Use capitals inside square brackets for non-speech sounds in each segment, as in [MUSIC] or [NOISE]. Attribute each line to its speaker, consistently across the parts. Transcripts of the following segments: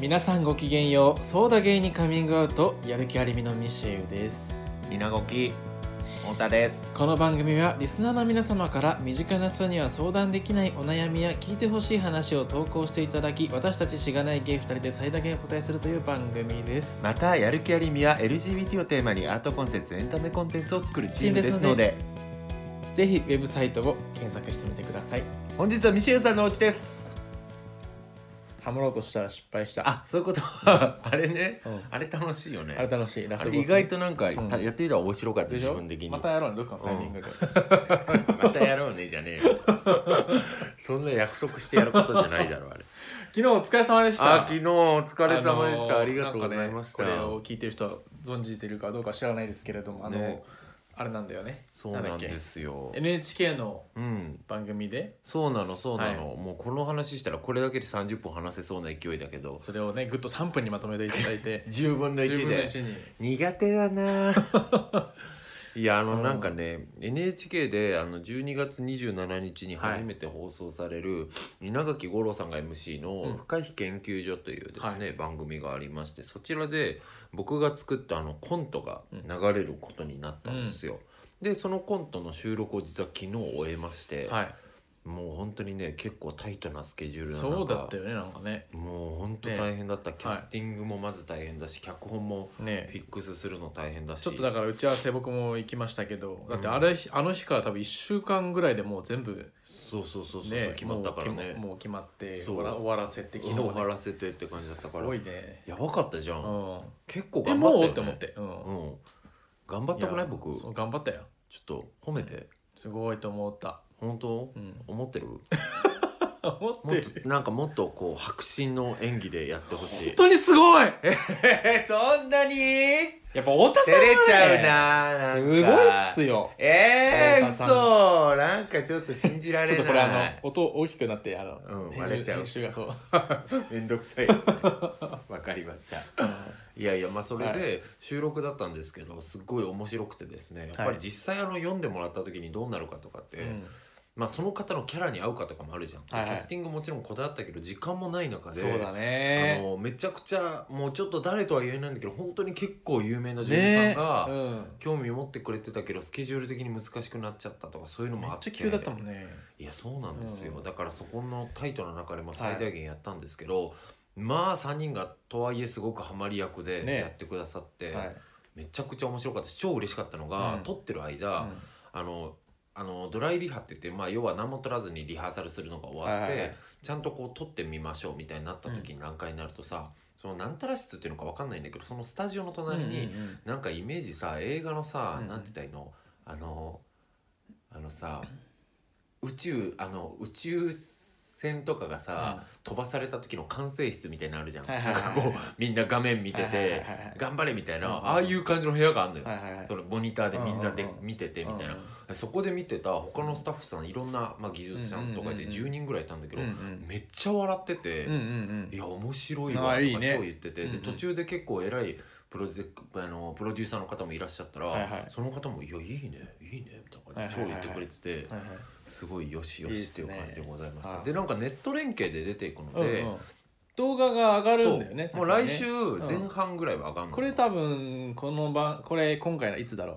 Speaker 1: 皆さんごきげんようソーダゲイにカミングアウトやる気ありみのミシェウです
Speaker 2: みなごき太田です
Speaker 1: この番組はリスナーの皆様から身近な人には相談できないお悩みや聞いてほしい話を投稿していただき私たちしがないゲイ2人で最大限お答えするという番組です
Speaker 2: またやる気ありみは LGBT をテーマにアートコンテンツエンタメコンテンツを作るチームですので
Speaker 1: ぜひウェブサイトを検索してみてください
Speaker 2: 本日はミシェルさんのお家です
Speaker 1: ハモろうとしたら失敗したあ,、
Speaker 2: あそういうこと [LAUGHS] あれね
Speaker 1: うん、
Speaker 2: あれ楽しいよね
Speaker 1: あれ楽しいラス
Speaker 2: あ
Speaker 1: ボ
Speaker 2: れ
Speaker 1: スね
Speaker 2: 意外となんか、
Speaker 1: ん
Speaker 2: たやってみたら面白かった
Speaker 1: でし
Speaker 2: 自
Speaker 1: ょ
Speaker 2: 分的に
Speaker 1: またやろうねどっかのタイミングで、
Speaker 2: またやろうねじゃねえよ [LAUGHS] そんな約束してやることじゃないだろうあれ
Speaker 1: 昨日お疲れ様でした
Speaker 2: あ昨日お疲れ様でした、
Speaker 1: の
Speaker 2: ありがとうございました、
Speaker 1: なんかね、これを聞いてる人は存じてるかどうか知らないですけれどもあの、
Speaker 2: ね
Speaker 1: あれなんだよね
Speaker 2: そうなんで
Speaker 1: だっ
Speaker 2: すよ
Speaker 1: け NHK の
Speaker 2: うん
Speaker 1: 番組で
Speaker 2: そうなのそうなの、もうこの話したらこれだけで30分話せそうな勢いだけど
Speaker 1: それをねぐっと3分にまとめていただい
Speaker 2: [LAUGHS]
Speaker 1: て
Speaker 2: 10分の
Speaker 1: 10
Speaker 2: 1
Speaker 1: 分の
Speaker 2: で
Speaker 1: 1に
Speaker 2: 苦手だなぁ [LAUGHS] いやあ
Speaker 1: うん
Speaker 2: のなんかね、NHK であの12月27日に初めて放送される、稲垣吾郎さんが MC
Speaker 1: うん
Speaker 2: の「深い研究所」というですね、
Speaker 1: は
Speaker 2: 番組がありましてそちらで僕が作ったあのコントが流れることになったんですよ。でそのコントの収録を実は昨日終えまして、
Speaker 1: はい
Speaker 2: もう本当にね結構タイトなスケジュールの中
Speaker 1: そうだったよねなんかね
Speaker 2: もう本当
Speaker 1: ね
Speaker 2: 大変だった、キャスティングもまず大変だし、脚本もフ
Speaker 1: ね
Speaker 2: ィックスするの大変だし
Speaker 1: ちょっとだから打ち合わせ僕も行きましたけどだってあれ、あの日から多分1週間ぐらいでもう全部
Speaker 2: そうそうそうそう、
Speaker 1: ね
Speaker 2: 決まったからね
Speaker 1: もうもう決まって
Speaker 2: そう
Speaker 1: 終わら終わらせて
Speaker 2: 昨
Speaker 1: 昨
Speaker 2: 日
Speaker 1: 日
Speaker 2: 終わ
Speaker 1: ね
Speaker 2: らせてって感じだった
Speaker 1: す
Speaker 2: から
Speaker 1: ごいね
Speaker 2: やばかったじゃ、
Speaker 1: うんん
Speaker 2: 結構
Speaker 1: え
Speaker 2: 頑張
Speaker 1: も
Speaker 2: ったよ、ね、
Speaker 1: うって思ってうん
Speaker 2: うん頑張ったくない僕
Speaker 1: や
Speaker 2: ち
Speaker 1: そ
Speaker 2: ょっ
Speaker 1: う頑張ったよ
Speaker 2: と褒めて
Speaker 1: すごいと思った、
Speaker 2: 本当 [LAUGHS]
Speaker 1: うん、
Speaker 2: 思
Speaker 1: [LAUGHS]
Speaker 2: ってるも
Speaker 1: 思って
Speaker 2: っ
Speaker 1: る
Speaker 2: となんかもっとこう迫真の演技でやってほしい
Speaker 1: 本当にすごい
Speaker 2: [LAUGHS] えそんなに
Speaker 1: やっぱ太田さんは、ね、
Speaker 2: な
Speaker 1: すごいっすよ
Speaker 2: え
Speaker 1: ー
Speaker 2: そうなんかちょっと信じら
Speaker 1: ちょっとこれあの音大きくなってあの、
Speaker 2: うん
Speaker 1: 編集
Speaker 2: 割れちゃう
Speaker 1: 編集がそう
Speaker 2: [LAUGHS] めんどくさいやつねわかりましたいやいやまあそれ
Speaker 1: は
Speaker 2: で収録だったんですけどすっごい面白くてですねやっぱ
Speaker 1: はい
Speaker 2: り実際あの読んでもらった時にどうなるかとかって、
Speaker 1: うん
Speaker 2: まあその方のキャラに合うかとかもあるじゃん、
Speaker 1: はいはい
Speaker 2: キャスティングもちろんこだわったけど時間もない中で
Speaker 1: そうだ
Speaker 2: あ
Speaker 1: ね
Speaker 2: のめちゃくちゃもうちょっと誰とは言えないんだけど本当に結構有名な女優
Speaker 1: ね
Speaker 2: さんが、
Speaker 1: うん、
Speaker 2: 興味を持ってくれてたけどスケジュール的に難しくなっちゃったとかそういうの
Speaker 1: め
Speaker 2: もあ
Speaker 1: っ
Speaker 2: っ
Speaker 1: ち
Speaker 2: て
Speaker 1: ゃ急だったもんね
Speaker 2: いやそうなんですよ、
Speaker 1: うん
Speaker 2: だからそこのタイトな中でも最大限やったんですけど、まあ3人がとはいえすごくハマり役で
Speaker 1: ね
Speaker 2: やってくださって、
Speaker 1: はい、
Speaker 2: めちゃくちゃ面白かったし超嬉しかったのが、
Speaker 1: うん
Speaker 2: 撮ってる間、
Speaker 1: うん
Speaker 2: あのあのドライリハって言って、まあ、要は何も撮らずにリハーサルするのが終
Speaker 1: はい
Speaker 2: わっ
Speaker 1: は
Speaker 2: て、
Speaker 1: いはい
Speaker 2: ちゃんとこう撮ってみましょうみたいになった時に何回になるとさ、そのなんたら室っていうのか分かんないんだけどそのスタジオの隣に、
Speaker 1: うんうんうん
Speaker 2: なんかイメージさ映画のさ、
Speaker 1: うん
Speaker 2: なんて言ったらいいのあのあのさ宇宙あの宇宙船とかがさ、飛ばされた時の管制室みたいなのあるじゃん、
Speaker 1: はいはいはい
Speaker 2: なんかこうみんな画面見てて、
Speaker 1: はいはいはいはい
Speaker 2: 頑張れみたいな、
Speaker 1: うんうん
Speaker 2: ああいう感じの部屋があるのよ、
Speaker 1: はいはいはい
Speaker 2: そのモニターでみんなで
Speaker 1: うんうんうん
Speaker 2: 見ててみたいな、
Speaker 1: うん
Speaker 2: そこで見てた他のスタッフさんいろんな、まあ、技術さんとか
Speaker 1: うんうん
Speaker 2: で
Speaker 1: うんうん
Speaker 2: 10人ぐらいいたんだけど、
Speaker 1: うんうん
Speaker 2: めっちゃ笑ってて。
Speaker 1: うんうん
Speaker 2: いや面白い
Speaker 1: あ
Speaker 2: わ
Speaker 1: あ
Speaker 2: と
Speaker 1: いい
Speaker 2: か超
Speaker 1: ね
Speaker 2: 言ってて、
Speaker 1: うんう
Speaker 2: で
Speaker 1: ん
Speaker 2: 途中で結構偉いプロジェクあのプロデューサーの方もいらっしゃったら、
Speaker 1: はいはい
Speaker 2: その方も「いやいいねいいね」みたいな感じで
Speaker 1: は
Speaker 2: 超
Speaker 1: い
Speaker 2: 言
Speaker 1: はいは
Speaker 2: っ
Speaker 1: い
Speaker 2: てくれてて、
Speaker 1: うんはいはい
Speaker 2: すごいよしよ
Speaker 1: いいっ
Speaker 2: し
Speaker 1: す
Speaker 2: ってい
Speaker 1: ね
Speaker 2: う感じでございました
Speaker 1: はい
Speaker 2: でなんかネット連携で出ていくの
Speaker 1: うん
Speaker 2: で、
Speaker 1: うん動画が上がるんだよね
Speaker 2: そ
Speaker 1: 先
Speaker 2: うも
Speaker 1: に
Speaker 2: う
Speaker 1: ね
Speaker 2: 来週前半ぐらいは上がるの、
Speaker 1: これ多分この番これ今回のいつだろ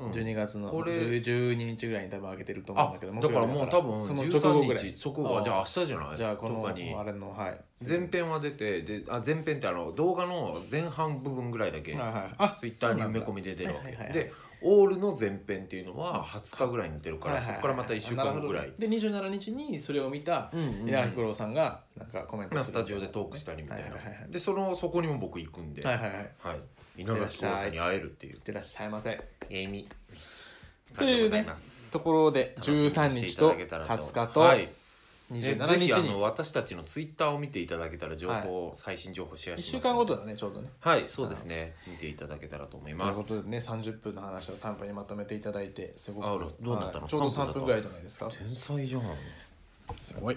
Speaker 2: うん
Speaker 1: 12月の
Speaker 2: これ
Speaker 1: 10 12日ぐらいに多分上げてると思うん
Speaker 2: あ
Speaker 1: だけ
Speaker 2: だ
Speaker 1: ど
Speaker 2: からもう多分
Speaker 1: 木曜日だからその直後ぐら
Speaker 2: 13
Speaker 1: い
Speaker 2: 日直後
Speaker 1: あ
Speaker 2: は
Speaker 1: あ
Speaker 2: じゃあ明日じゃない
Speaker 1: じゃあことの
Speaker 2: かに
Speaker 1: あれのはい
Speaker 2: 前編は出てであ前編ってあの動画の前半部分ぐらいだけ、
Speaker 1: はいはいあ
Speaker 2: ツイッターに埋め
Speaker 1: そう
Speaker 2: 込みで出るわけ、
Speaker 1: はいはいはい
Speaker 2: でオールの前編っていうのは20日ぐらいに出るから、
Speaker 1: はいはいはい
Speaker 2: そこからまた1週間後ぐら
Speaker 1: ないるほ、どで27日にそれを見た
Speaker 2: うんうんうん
Speaker 1: 稲垣吾郎さんがなんかコメント
Speaker 2: まあ
Speaker 1: す
Speaker 2: ス
Speaker 1: る
Speaker 2: タ
Speaker 1: み
Speaker 2: ジ
Speaker 1: い
Speaker 2: オ
Speaker 1: な
Speaker 2: でトークしたりみたいな、
Speaker 1: はいはいはいはい
Speaker 2: でそのそこにも僕行くんで、
Speaker 1: は
Speaker 2: はいい
Speaker 1: はいはいいっ
Speaker 2: 稲垣吾郎さんに会えるっていう
Speaker 1: てらっしゃいませ
Speaker 2: えみ
Speaker 1: というねところで13日と20日と
Speaker 2: はい、で
Speaker 1: 27
Speaker 2: ぜひ
Speaker 1: 日
Speaker 2: あ
Speaker 1: に
Speaker 2: の私たちのツイッターを見ていただけたら情報、最新情報シェア
Speaker 1: 1
Speaker 2: します
Speaker 1: 週間ごとだねちょうどね
Speaker 2: はいそうですね見ていただけたらと思い
Speaker 1: とい
Speaker 2: ま
Speaker 1: う
Speaker 2: す
Speaker 1: ことでね30分の話を3分にまとめていただいてすごく
Speaker 2: あらどうなったの
Speaker 1: はいちょうど
Speaker 2: 3分
Speaker 1: 3
Speaker 2: だった
Speaker 1: 分ぐらいじゃないですか
Speaker 2: 天才じゃん
Speaker 1: すごい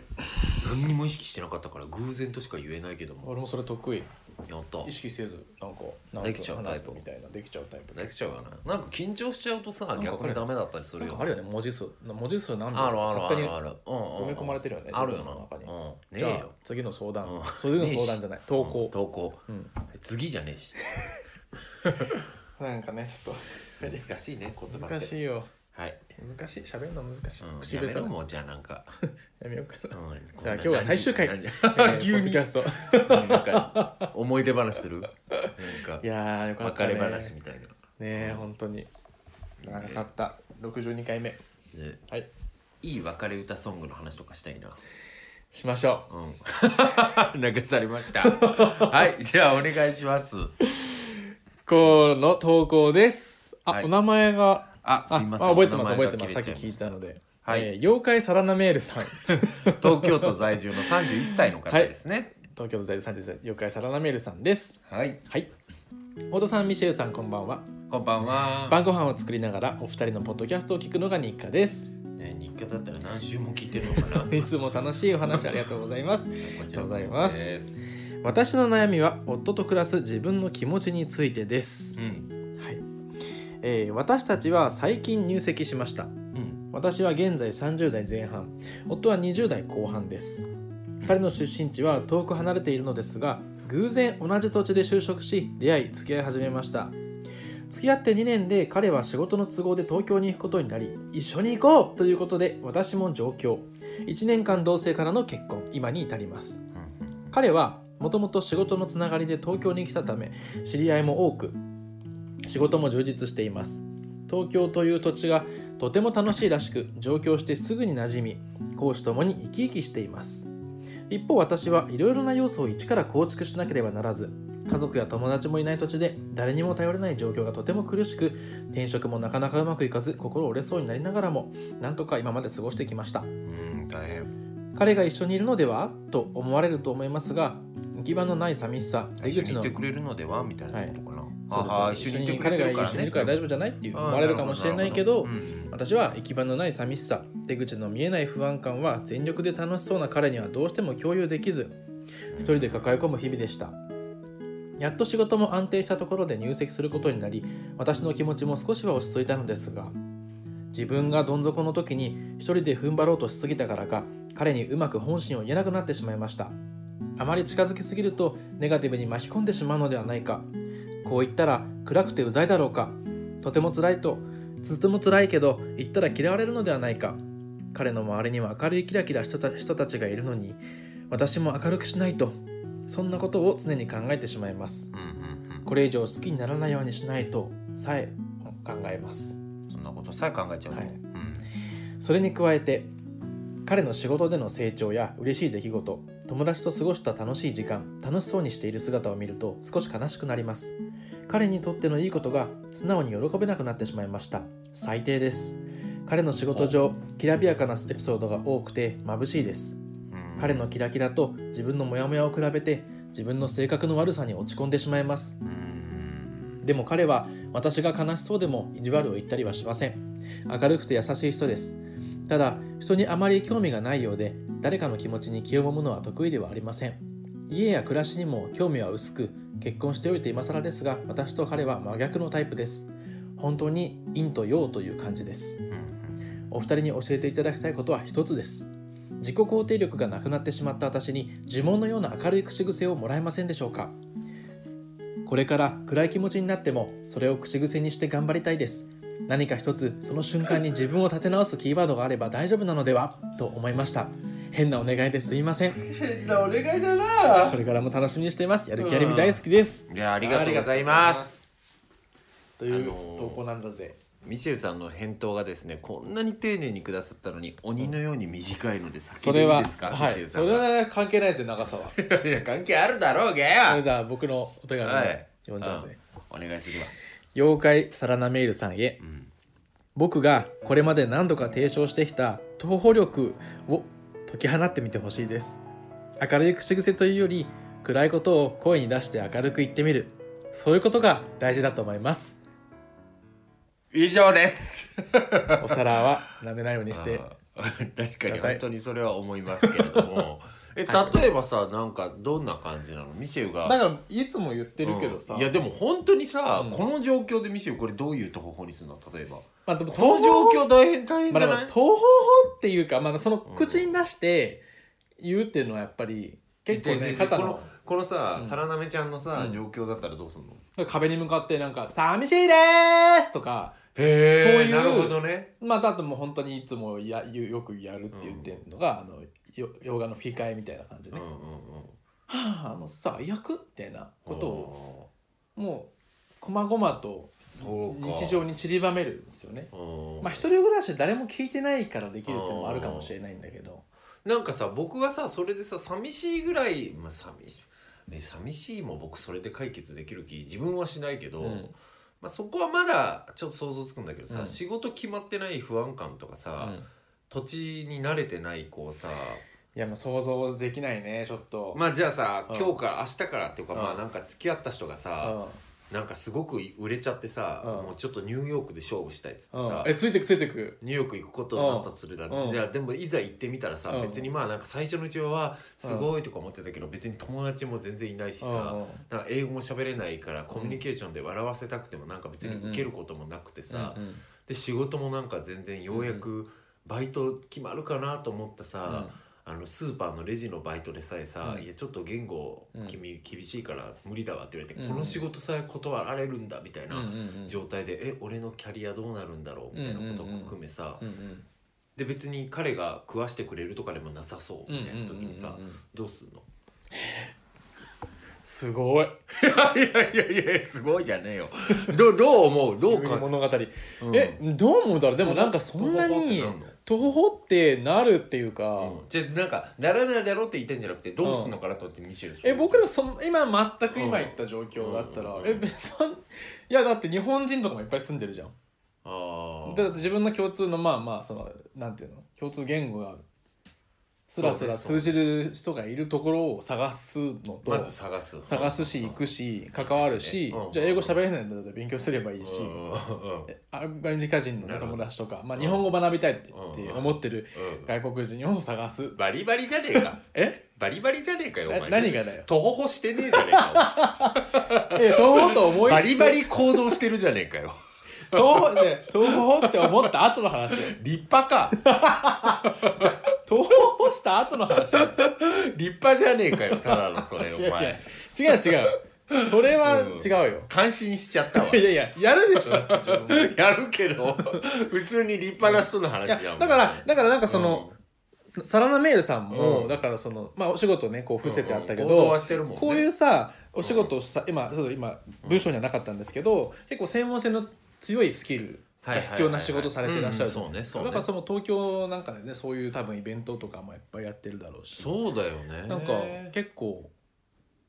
Speaker 2: 何にも意識してなかったから偶然としか言えないけども
Speaker 1: 俺もそれ得意
Speaker 2: やった
Speaker 1: 意識せずなんかなん
Speaker 2: できちゃうタイプ
Speaker 1: 話すみたいなできちゃうタイプ
Speaker 2: できちゃうよねなんか緊張しちゃうとさ
Speaker 1: んかわか
Speaker 2: 逆
Speaker 1: る
Speaker 2: にダメだったりする
Speaker 1: なん
Speaker 2: よ
Speaker 1: かあるよね文字数文字数何秒
Speaker 2: あるあるあ
Speaker 1: 勝手に
Speaker 2: るある埋
Speaker 1: 埋め込まれてるよね
Speaker 2: あるよ
Speaker 1: 自分の中に
Speaker 2: なうん
Speaker 1: じ
Speaker 2: ねえ
Speaker 1: ゃあ
Speaker 2: よ
Speaker 1: 次の相談
Speaker 2: うん
Speaker 1: それの相談じゃない投
Speaker 2: うん
Speaker 1: 稿
Speaker 2: 投稿
Speaker 1: うん
Speaker 2: 次じゃねえし
Speaker 1: なんかねちょっ
Speaker 2: 難しい
Speaker 1: [LAUGHS]
Speaker 2: ね言葉っ
Speaker 1: と
Speaker 2: て
Speaker 1: 難しいよ
Speaker 2: はい
Speaker 1: 難しい喋るの難しい
Speaker 2: うん
Speaker 1: 口
Speaker 2: や
Speaker 1: 下手
Speaker 2: め
Speaker 1: だ
Speaker 2: ろ
Speaker 1: や
Speaker 2: もうじゃあなんか
Speaker 1: めようか
Speaker 2: じゃ
Speaker 1: じゃあ今日は最終回
Speaker 2: [LAUGHS]
Speaker 1: [LAUGHS] なポッドキャスト
Speaker 2: なんか思い出話するなんか
Speaker 1: いやーよかった
Speaker 2: 別
Speaker 1: ね
Speaker 2: れ話みたいな
Speaker 1: ねえ本当に長かった62回目
Speaker 2: ね
Speaker 1: はい
Speaker 2: いい別れ歌ソングの話とかしたいな
Speaker 1: しましょ
Speaker 2: う
Speaker 1: う [LAUGHS]
Speaker 2: ん流されましたはいじゃあお願いします
Speaker 1: この投稿ですあ、
Speaker 2: はい
Speaker 1: お名前が
Speaker 2: あ
Speaker 1: あ
Speaker 2: すいません
Speaker 1: あ覚えてます
Speaker 2: お名前
Speaker 1: 覚
Speaker 2: が
Speaker 1: えてますさっき
Speaker 2: 切れ
Speaker 1: 聞い
Speaker 2: ちゃ
Speaker 1: たので、
Speaker 2: はい
Speaker 1: えー妖怪サラナメールさん [LAUGHS]
Speaker 2: 東京都在住の31歳の方ですね
Speaker 1: 東京都在住30歳妖怪サラナメールさんです
Speaker 2: はい、
Speaker 1: はい太田さんミシェルさんこんばんは
Speaker 2: こんばんは
Speaker 1: 晩ご飯を作りながらお二人のポッドキャストを聞くのが日課です [LAUGHS]
Speaker 2: ね日課だったら何週も聞いてるのかなこ
Speaker 1: いつも楽しいお話ありがとうございます
Speaker 2: ちらこそ
Speaker 1: ありがとうございます
Speaker 2: です
Speaker 1: 私の悩みは夫と暮らす自分の気持ちについてです
Speaker 2: う、ん
Speaker 1: はいえー私たちは最近入籍しました
Speaker 2: うん
Speaker 1: 私は現在30代前半夫は20代後半です2人の出身地は遠く離れているのですが偶然同じ土地で就職し出会い付き合い始めました付き合って2年で彼は仕事の都合で東京に行くことになり一緒に行こうということで私も上京1年間同棲からの結婚今に至ります
Speaker 2: うん
Speaker 1: 彼はもともと仕事のつながりで東京に来たため知り合いも多く仕事も充実しています東京という土地がとても楽しいらしく上京してすぐに馴染み講師ともに生き生きしています一方私はいろいろな要素を一から構築しなければならず家族や友達もいない土地で誰にも頼れない状況がとても苦しく転職もなかなかうまくいかず心折れそうになりながらもなんとか今まで過ごしてきました
Speaker 2: うん大変
Speaker 1: 彼が一緒にいるのではと思われると思いますが行き場のない寂しさ出
Speaker 2: 一緒に
Speaker 1: 口
Speaker 2: い
Speaker 1: の
Speaker 2: てくれるのではみたいなことかな、
Speaker 1: そうです
Speaker 2: あー一緒にいてくれて
Speaker 1: 彼
Speaker 2: るか
Speaker 1: が
Speaker 2: ら
Speaker 1: 一緒にい
Speaker 2: ね
Speaker 1: るから大丈夫じゃないっていう思われるかもしれないけど、
Speaker 2: うんうん
Speaker 1: 私は行き場のない寂しさ出口の見えない不安感は全力で楽しそうな彼にはどうしても共有できず一人で抱え込む日々でしたやっと仕事も安定したところで入籍することになり私の気持ちも少しは落ち着いたのですが自分がどん底の時に一人で踏ん張ろうとしすぎたからか彼にうまく本心を言えなくなってしまいましたあまり近づきすぎるとネガティブに巻き込んでしまうのではないかこう言ったら暗くてうざいだろうかとても辛いととても辛いけど言ったら嫌われるのではないか彼の周りには明るいキラキラした人たちがいるのに私も明るくしないとそんなことを常に考えてしまいます
Speaker 2: うんうんうん
Speaker 1: これ以上好きにならないようにしないとさえ考えます
Speaker 2: そんなことさえ考えちゃうの、
Speaker 1: はい
Speaker 2: うん
Speaker 1: それに加えて彼の仕事での成長や嬉しい出来事友達と過ごした楽しい時間楽しそうにしている姿を見ると少し悲しくなります彼にとってのいいことが素直に喜べなくなってしまいました最低です彼の仕事上きらびやかなエピソードが多くて眩しいです
Speaker 2: うん
Speaker 1: 彼のキラキラと自分のモヤモヤを比べて自分の性格の悪さに落ち込んでしまいます
Speaker 2: うん
Speaker 1: でも彼は私が悲しそうでも意地悪を言ったりはしません。明るくて優しい人です。ただ、人にあまり興味がないようで、誰かの気持ちに気をもむのは得意ではありません。家や暮らしにも興味は薄く、結婚しておいて今更ですが、私と彼は真逆のタイプです。本当に陰と陽という感じです。
Speaker 2: うん
Speaker 1: お二人に教えていただきたいことは一つです。自己肯定力がなくなってしまった私に呪文のような明るい口癖をもらえませんでしょうかこれから暗い気持ちになってもそれを口癖にして頑張りたいです何か一つその瞬間に自分を立て直すキーワードがあれば大丈夫なのではと思いました変なお願いですいません
Speaker 2: 変なお願いだな
Speaker 1: これからも楽しみにしていますやる気ありみ大好きです
Speaker 2: いやありがとうございます
Speaker 1: という
Speaker 2: あのー
Speaker 1: 投稿なんだぜ、
Speaker 2: ミシェルさんの返答がですねこんなに丁寧にくださったのに鬼のように短いので
Speaker 1: そ
Speaker 2: 先で
Speaker 1: れ
Speaker 2: いい
Speaker 1: は
Speaker 2: ですか
Speaker 1: は
Speaker 2: ミシェ
Speaker 1: い
Speaker 2: ルさ
Speaker 1: そ
Speaker 2: ん
Speaker 1: れ
Speaker 2: は
Speaker 1: は関係ないですよ長
Speaker 2: [LAUGHS]
Speaker 1: さはそ
Speaker 2: いや関係あるだろうげ
Speaker 1: れ
Speaker 2: や
Speaker 1: じゃあ僕のお手紙を
Speaker 2: はい
Speaker 1: 読んじゃうぜ、
Speaker 2: お願いするわ
Speaker 1: 妖怪サラナメールさんへ
Speaker 2: うん
Speaker 1: 僕がこれまで何度か提唱してきた徒歩力を解き放ってみてほしいです明るい口癖というより暗いことを声に出して明るく言ってみるそういうことが大事だと思います
Speaker 2: 以上です
Speaker 1: お皿は舐めないようにして [LAUGHS]
Speaker 2: あー確か [LAUGHS]
Speaker 1: く
Speaker 2: に
Speaker 1: ださい
Speaker 2: 本
Speaker 1: [LAUGHS]
Speaker 2: 当にそれは思いますけれどもえ
Speaker 1: はい
Speaker 2: 例えばさなんかどんな感じなのミシェルが
Speaker 1: だからいつも言ってるけどさ、
Speaker 2: うんいやでも本当にさ、
Speaker 1: うん
Speaker 2: この状況でミシェルこれどういうとこ法にするの例えば
Speaker 1: まあでも
Speaker 2: この状況大変大変じ
Speaker 1: まあ、
Speaker 2: ゃ
Speaker 1: で
Speaker 2: ない、
Speaker 1: も東方法っていうか、まあ、その口に出して言うっていうのはやっぱり結構
Speaker 2: で
Speaker 1: ね
Speaker 2: で
Speaker 1: 肩
Speaker 2: この
Speaker 1: の
Speaker 2: このさ、
Speaker 1: うん
Speaker 2: サラナメちゃんのさ、
Speaker 1: うん
Speaker 2: 状況だったらどうすんの
Speaker 1: 壁に向かってなんか「寂しいです!」とか
Speaker 2: へ
Speaker 1: そう
Speaker 2: そう
Speaker 1: い
Speaker 2: いううなるほどね
Speaker 1: まああともう本当にいつもやよよくやるって言ってるのが、あのよ洋画の吹き替えみたいな感じ
Speaker 2: うん
Speaker 1: で、
Speaker 2: うん
Speaker 1: はああの最悪みたいな
Speaker 2: う
Speaker 1: こ
Speaker 2: ん
Speaker 1: とをもうこまごまと
Speaker 2: そうか
Speaker 1: 日常に散りばめるんですよね。
Speaker 2: うん
Speaker 1: まあ一人暮らし誰も聞いてないからできるってのもあるかもしれないんだけど、
Speaker 2: なんかさ僕がさそれでさ寂しいぐらい、まあ、寂しい、ね、寂しいも僕それで解決できる気自分はしないけど、
Speaker 1: うん
Speaker 2: まあ、そこはまだちょっと想像つくんだけどさ、
Speaker 1: うん
Speaker 2: 仕事決まってない不安感とかさ、
Speaker 1: うん
Speaker 2: 土地に慣れてないこうさ
Speaker 1: いやもう想像できないねちょっと。
Speaker 2: まあじゃあさ、
Speaker 1: うん
Speaker 2: 今日から明日からっていうか、
Speaker 1: うん
Speaker 2: まあなんか付き合った人がさ、なんかすごく売れちゃってさ、
Speaker 1: うん
Speaker 2: もうちょっとニューヨークで勝負したいっつって
Speaker 1: うんうん
Speaker 2: さ、
Speaker 1: えついてくついてく
Speaker 2: ニューヨーク行くことになったとするだって、
Speaker 1: うん
Speaker 2: じゃあでもいざ行ってみたらさ、
Speaker 1: うん
Speaker 2: 別にまあなんか最初のうちはすごいとか思ってたけど、別に友達も全然いないしさ、
Speaker 1: うんうん
Speaker 2: なんか英語も喋れないからコミュニケーションで笑わせたくてもなんか別に受けることもなくてさ、
Speaker 1: うんうん
Speaker 2: で仕事もなんか全然ようやくバイト決まるかなと思ったさ、あのスーパーのレジのバイトでさえさ「
Speaker 1: うん
Speaker 2: いやちょっと言語
Speaker 1: うん
Speaker 2: 君厳しいから無理だわ」って言われて、
Speaker 1: うん
Speaker 2: この仕事さえ断られるんだ」みたい
Speaker 1: うんうん
Speaker 2: な
Speaker 1: うん
Speaker 2: 状態で「え俺のキャリアどうなるんだろう」みたいなことも含めさ、
Speaker 1: うんうん
Speaker 2: で別に彼が食わしてくれるとかでもなさそうみたいな時にさ、
Speaker 1: うんうんうんうん
Speaker 2: どうすんの
Speaker 1: すご [LAUGHS] い
Speaker 2: いやいやいやすごいじゃねえ [LAUGHS] よどどう思うどう
Speaker 1: 急に
Speaker 2: か、
Speaker 1: 物語
Speaker 2: うん
Speaker 1: えどう思うだろうでもなんかそんなに
Speaker 2: どう思うってなんの
Speaker 1: 徒歩ってなるっていうか、
Speaker 2: うんじゃあなんかならないだろうって言ってんじゃなくてどうすんのかなと思ってミシェルさん
Speaker 1: え僕らその今全く今言った状況だったら、
Speaker 2: うん
Speaker 1: え別に [LAUGHS] いやだって日本人とかもいっぱい住んでるじゃん
Speaker 2: あ
Speaker 1: だって自分の共通のまあまあそのなんていうの共通言語がすらすら
Speaker 2: そう
Speaker 1: 通
Speaker 2: ねそ
Speaker 1: じる人がいるところを探すのと
Speaker 2: 分まず探す
Speaker 1: 探すし行く
Speaker 2: し
Speaker 1: し関わるし
Speaker 2: うん
Speaker 1: じゃあ英語喋れないんだったら勉強すればいいし [LAUGHS]
Speaker 2: う
Speaker 1: えアメリカ人の
Speaker 2: な
Speaker 1: ね
Speaker 2: るほど
Speaker 1: 友達とかまあ
Speaker 2: うん
Speaker 1: 日本語学びたいってっていう
Speaker 2: うん
Speaker 1: 思ってる
Speaker 2: んうん
Speaker 1: 外国人を探す
Speaker 2: バリバリじゃねえか
Speaker 1: え
Speaker 2: バリバリじゃねえかよお
Speaker 1: な
Speaker 2: 前
Speaker 1: 何がだよ
Speaker 2: とほほしてねえじゃねえ
Speaker 1: [LAUGHS]
Speaker 2: か
Speaker 1: え東方と
Speaker 2: お
Speaker 1: 思い
Speaker 2: 前バ
Speaker 1: つ
Speaker 2: リ
Speaker 1: つ
Speaker 2: バリ行動してるじゃねえかよ
Speaker 1: 東方ね東方って思った後の
Speaker 2: [LAUGHS]
Speaker 1: 話よ
Speaker 2: 立派か
Speaker 1: 東方した後の話よ
Speaker 2: 立派じゃねえかよただのそれ
Speaker 1: [LAUGHS] 違う
Speaker 2: お
Speaker 1: 違
Speaker 2: 前
Speaker 1: う違う違うそれは
Speaker 2: うん
Speaker 1: 違うよ
Speaker 2: 感心しちゃったわ
Speaker 1: いやいややるでしょだって自分も
Speaker 2: [LAUGHS] やるけど普通に立派な人の
Speaker 1: い
Speaker 2: 話じゃ
Speaker 1: や
Speaker 2: ん
Speaker 1: だからだからなんかその、
Speaker 2: うん
Speaker 1: サラナメールさんも、
Speaker 2: うん
Speaker 1: だからそのまあお仕事ねこう伏せてあったけ
Speaker 2: うんうん行動
Speaker 1: ど、
Speaker 2: はしてるもんね
Speaker 1: こういうさお仕事をさ、今そう今文章にはなかったんですけど結構専門性の強いスキルが必要な仕事されてらっしゃると思うんですよ
Speaker 2: はい
Speaker 1: だ
Speaker 2: はい
Speaker 1: か
Speaker 2: はい
Speaker 1: らその東京なんかでねそういう多分イベントとかもいっぱいやってるだろうし
Speaker 2: そうだよね
Speaker 1: なんか結構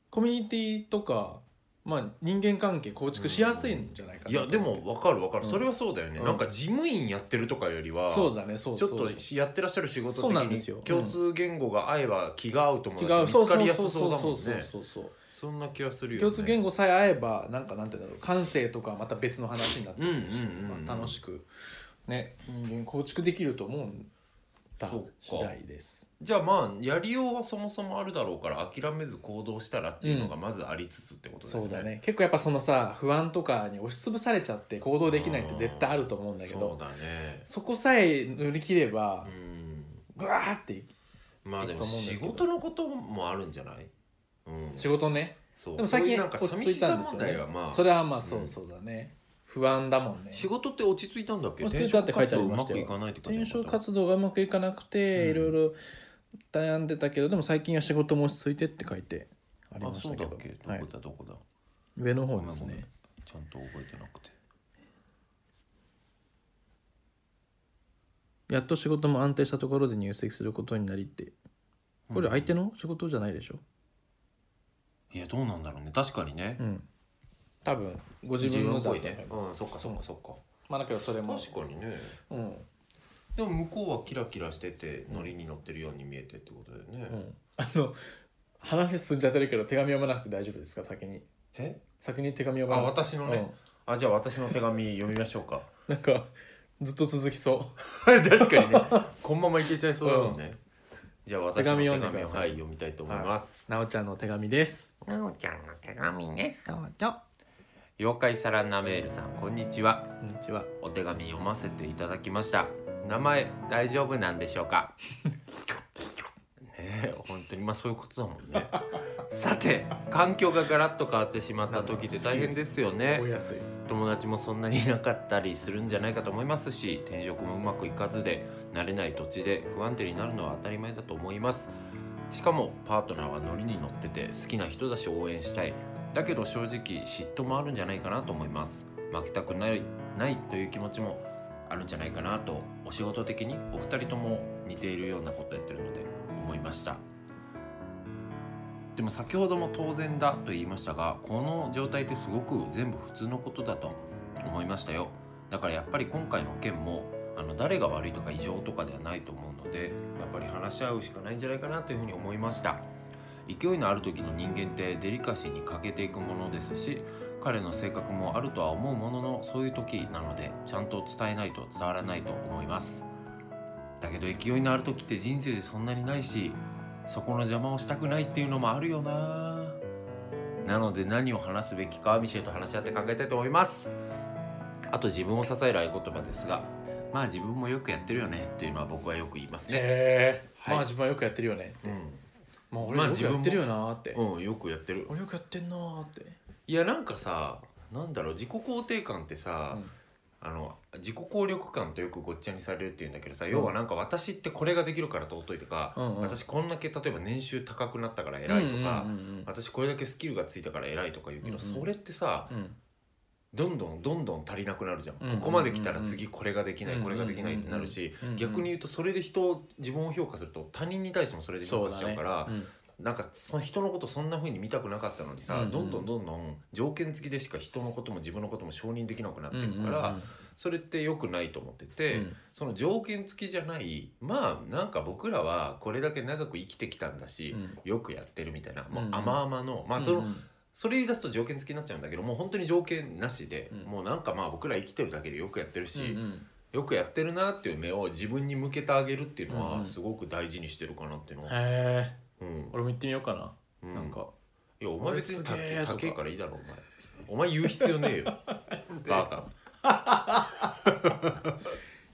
Speaker 1: コミュニティとか、まあ、人間関係構築しやすいんじゃないか
Speaker 2: い
Speaker 1: な
Speaker 2: やでも分かる分かる、
Speaker 1: うん
Speaker 2: それはそうだよね、
Speaker 1: うん
Speaker 2: なんか事務員やってるとかよりは
Speaker 1: そうだねそう
Speaker 2: ちょ
Speaker 1: そう
Speaker 2: っとやってらっしゃる仕事
Speaker 1: そう
Speaker 2: 的
Speaker 1: なんですよ
Speaker 2: に共通言語が合えば気が合う友
Speaker 1: 違
Speaker 2: 達
Speaker 1: うそ
Speaker 2: 見
Speaker 1: う
Speaker 2: つか
Speaker 1: そ
Speaker 2: り
Speaker 1: う
Speaker 2: や
Speaker 1: そ
Speaker 2: す
Speaker 1: う
Speaker 2: そう
Speaker 1: そ
Speaker 2: だ
Speaker 1: うそ
Speaker 2: もね
Speaker 1: うんそうそう
Speaker 2: そんな気がするよね
Speaker 1: 共通言語さえ合えばなんかなんていうんだろう感性とかまた別の話になって
Speaker 2: うんうんうん、うん
Speaker 1: まあ楽しくね人間構築できると思うんだ
Speaker 2: そうか
Speaker 1: 次第です
Speaker 2: じゃあまあやりようはそもそもあるだろうから諦めず行動したらっていうのがまずありつつってことだよ
Speaker 1: そ
Speaker 2: ね、
Speaker 1: うだね結構やっぱそのさ不安とかに押しつぶされちゃって行動できないって絶対あると思うんだけ
Speaker 2: そう
Speaker 1: ど
Speaker 2: だね
Speaker 1: そこさえ乗り切れば
Speaker 2: うん
Speaker 1: ぐわーって
Speaker 2: まあで
Speaker 1: いくと
Speaker 2: も
Speaker 1: 思うんです
Speaker 2: 仕
Speaker 1: けど
Speaker 2: 事のこともあるんじゃない、うん、
Speaker 1: 仕事ね
Speaker 2: そう
Speaker 1: でも最
Speaker 2: そうい
Speaker 1: 近
Speaker 2: うなんか
Speaker 1: 落ち
Speaker 2: 寂
Speaker 1: 着
Speaker 2: し
Speaker 1: いた
Speaker 2: さ
Speaker 1: んです
Speaker 2: 問
Speaker 1: よね
Speaker 2: 題はまあ
Speaker 1: それはまあそううんそうだね不安だもんね
Speaker 2: 仕事って落ち着いたんだっけ
Speaker 1: 落ち着いたって書いてありましたよ
Speaker 2: 転職活動うまくいかないって書いてあ
Speaker 1: 転
Speaker 2: った
Speaker 1: 職活動
Speaker 2: うん
Speaker 1: がうまくいかなくて、いろいろ悩んでたけどでも最近は仕事も落ち着いてって書いてありま
Speaker 2: あ
Speaker 1: し
Speaker 2: そ
Speaker 1: た
Speaker 2: う
Speaker 1: け
Speaker 2: だ
Speaker 1: ど
Speaker 2: っけど
Speaker 1: はい
Speaker 2: こ、だどこだ
Speaker 1: 上の方です
Speaker 2: ごめんごめ
Speaker 1: ね
Speaker 2: んちゃんと覚えてなくて
Speaker 1: やっと仕事も安定したところで入籍することになりってこれ相手
Speaker 2: の
Speaker 1: の仕事じゃないでしょ
Speaker 2: いやどうなんだろうね確かにね
Speaker 1: うん、多分ご自分の
Speaker 2: っぽい
Speaker 1: だと
Speaker 2: ね
Speaker 1: 思います
Speaker 2: うんそっかそっかそっか
Speaker 1: まあだけどそれも、
Speaker 2: 確かにね
Speaker 1: うんうん、
Speaker 2: でも向こうはキラキラしててノリに乗ってるように見えてってことだよね
Speaker 1: あの [LAUGHS] 話進んじゃってるけど手紙読まなくて大丈夫ですか先に
Speaker 2: え
Speaker 1: 先に手紙読ま
Speaker 2: あ
Speaker 1: なくて
Speaker 2: 私のねあじゃあ私の手紙読みましょうか
Speaker 1: うん、なんかずっと続きそう [LAUGHS]
Speaker 2: [LAUGHS] 確かにねこのままいけちゃいそうだもんねじゃあ私
Speaker 1: 手
Speaker 2: の
Speaker 1: 紙
Speaker 2: 手
Speaker 1: 読ん
Speaker 2: 紙
Speaker 1: で
Speaker 2: を、
Speaker 1: ください
Speaker 2: はい、読みたいと思います。
Speaker 1: なおちゃんの手紙です
Speaker 2: なおちゃんの手紙です
Speaker 1: ど。うぞ
Speaker 2: 妖怪サランナメールさん、こんにちは。
Speaker 1: こんにちは
Speaker 2: お手紙読ませていただきました名前大丈夫なんでしょう [LAUGHS] かねえ本当にまあそういうことだもんねさて環境がガラッと変わってしまった時って大変ですよね
Speaker 1: お安い
Speaker 2: 友達もそんなにいなかったりするんじゃないかと思いますし転職もうまくいかずで慣れない土地で不安定になるのは当たり前だと思いますしかもパートナーはノリに乗ってて好きな人だし応援したいだけど正直嫉妬もあるんじゃないかなと思います負けたくないないという気持ちもあるんじゃないかなとお仕事的にお二人とも似ているようなことやってるので思いましたでも先ほども当然だと言いましたがこの状態ってすごく全部普通のことだと思いましたよだからやっぱり今回の件もあの誰が悪いとか異常とかではないと思うのでやっぱり話し合うしかないんじゃないかなというふうに思いました勢いのある時の人間ってデリカシーに欠けていくものですし彼の性格もあるとは思うもののそういう時なのでちゃんと伝えないと伝わらないと思いますだけど勢いのある時って人生でそんなにないしそこの邪魔をしたくないっていうのもあるよななので何を話すべきかはミシェルと話し合って考えたいと思いますあと自分を支える合言葉ですがまあ自分もよくやってるよねっていうのは僕はよく言いますね、
Speaker 1: ええ
Speaker 2: はい
Speaker 1: まあ自分はよくやってるよねまあ俺
Speaker 2: まあ
Speaker 1: よくやってるよなーって、
Speaker 2: うん、うん、よくやってる
Speaker 1: 俺よくやってんなーって、
Speaker 2: いやなんかさなんだろう自己肯定感ってさ、
Speaker 1: うん
Speaker 2: あの自己効力感とよくごっちゃにされるっていうんだけどさ、
Speaker 1: ん
Speaker 2: 要はなんか私ってこれができるから尊いとか、
Speaker 1: うんうん
Speaker 2: 私こんだけ例えば年収高くなったから偉いとか、
Speaker 1: うんうん
Speaker 2: 私これだけスキルがついたから偉いとか言うけど、
Speaker 1: うんうん
Speaker 2: それってさ
Speaker 1: うんうん
Speaker 2: どんどんどんどん足りなくなるじゃん、
Speaker 1: うんうんうんうん
Speaker 2: ここまで来たら次これができない、
Speaker 1: うんうん
Speaker 2: こ
Speaker 1: うんう
Speaker 2: れ
Speaker 1: ん
Speaker 2: ができないってなるし、
Speaker 1: うんうん
Speaker 2: 逆に言うとそれで人を自分を評価すると他人に対してもそれで評
Speaker 1: そう
Speaker 2: 価し
Speaker 1: だ
Speaker 2: ちゃう
Speaker 1: ね
Speaker 2: から
Speaker 1: うん
Speaker 2: なんかその人のことそんな風に見たくなかったのにさ、
Speaker 1: うんうん
Speaker 2: どんどんどんどん条件付きでしか人のことも自分のことも承認できなくなって
Speaker 1: うんう
Speaker 2: る
Speaker 1: ん
Speaker 2: から、それって良くないと思ってて、
Speaker 1: うん
Speaker 2: その条件付きじゃないまあなんか僕らはこれだけ長く生きてきたんだし、
Speaker 1: うん
Speaker 2: よくやってるみたいな、もう
Speaker 1: うんうん
Speaker 2: 甘々の、まあその
Speaker 1: うんうん
Speaker 2: それ言い出すと条件付きになっちゃうんだけどもう本当に条件なしで、
Speaker 1: うん
Speaker 2: もうなんかまあ僕ら生きてるだけでよくやってるし、
Speaker 1: うんうん
Speaker 2: よくやってるなっていう目を自分に向けてあげるっていうの
Speaker 1: うんう
Speaker 2: は
Speaker 1: ん
Speaker 2: すごく大事にしてるかなっていうのは、
Speaker 1: へ
Speaker 2: う
Speaker 1: え
Speaker 2: ん
Speaker 1: 俺も行ってみようかな、
Speaker 2: うん
Speaker 1: なんか
Speaker 2: いやお前別に高
Speaker 1: 俺すげー
Speaker 2: え
Speaker 1: とか
Speaker 2: 高えからいいだろお前お前言う必要ねえ
Speaker 1: [LAUGHS]
Speaker 2: よバカ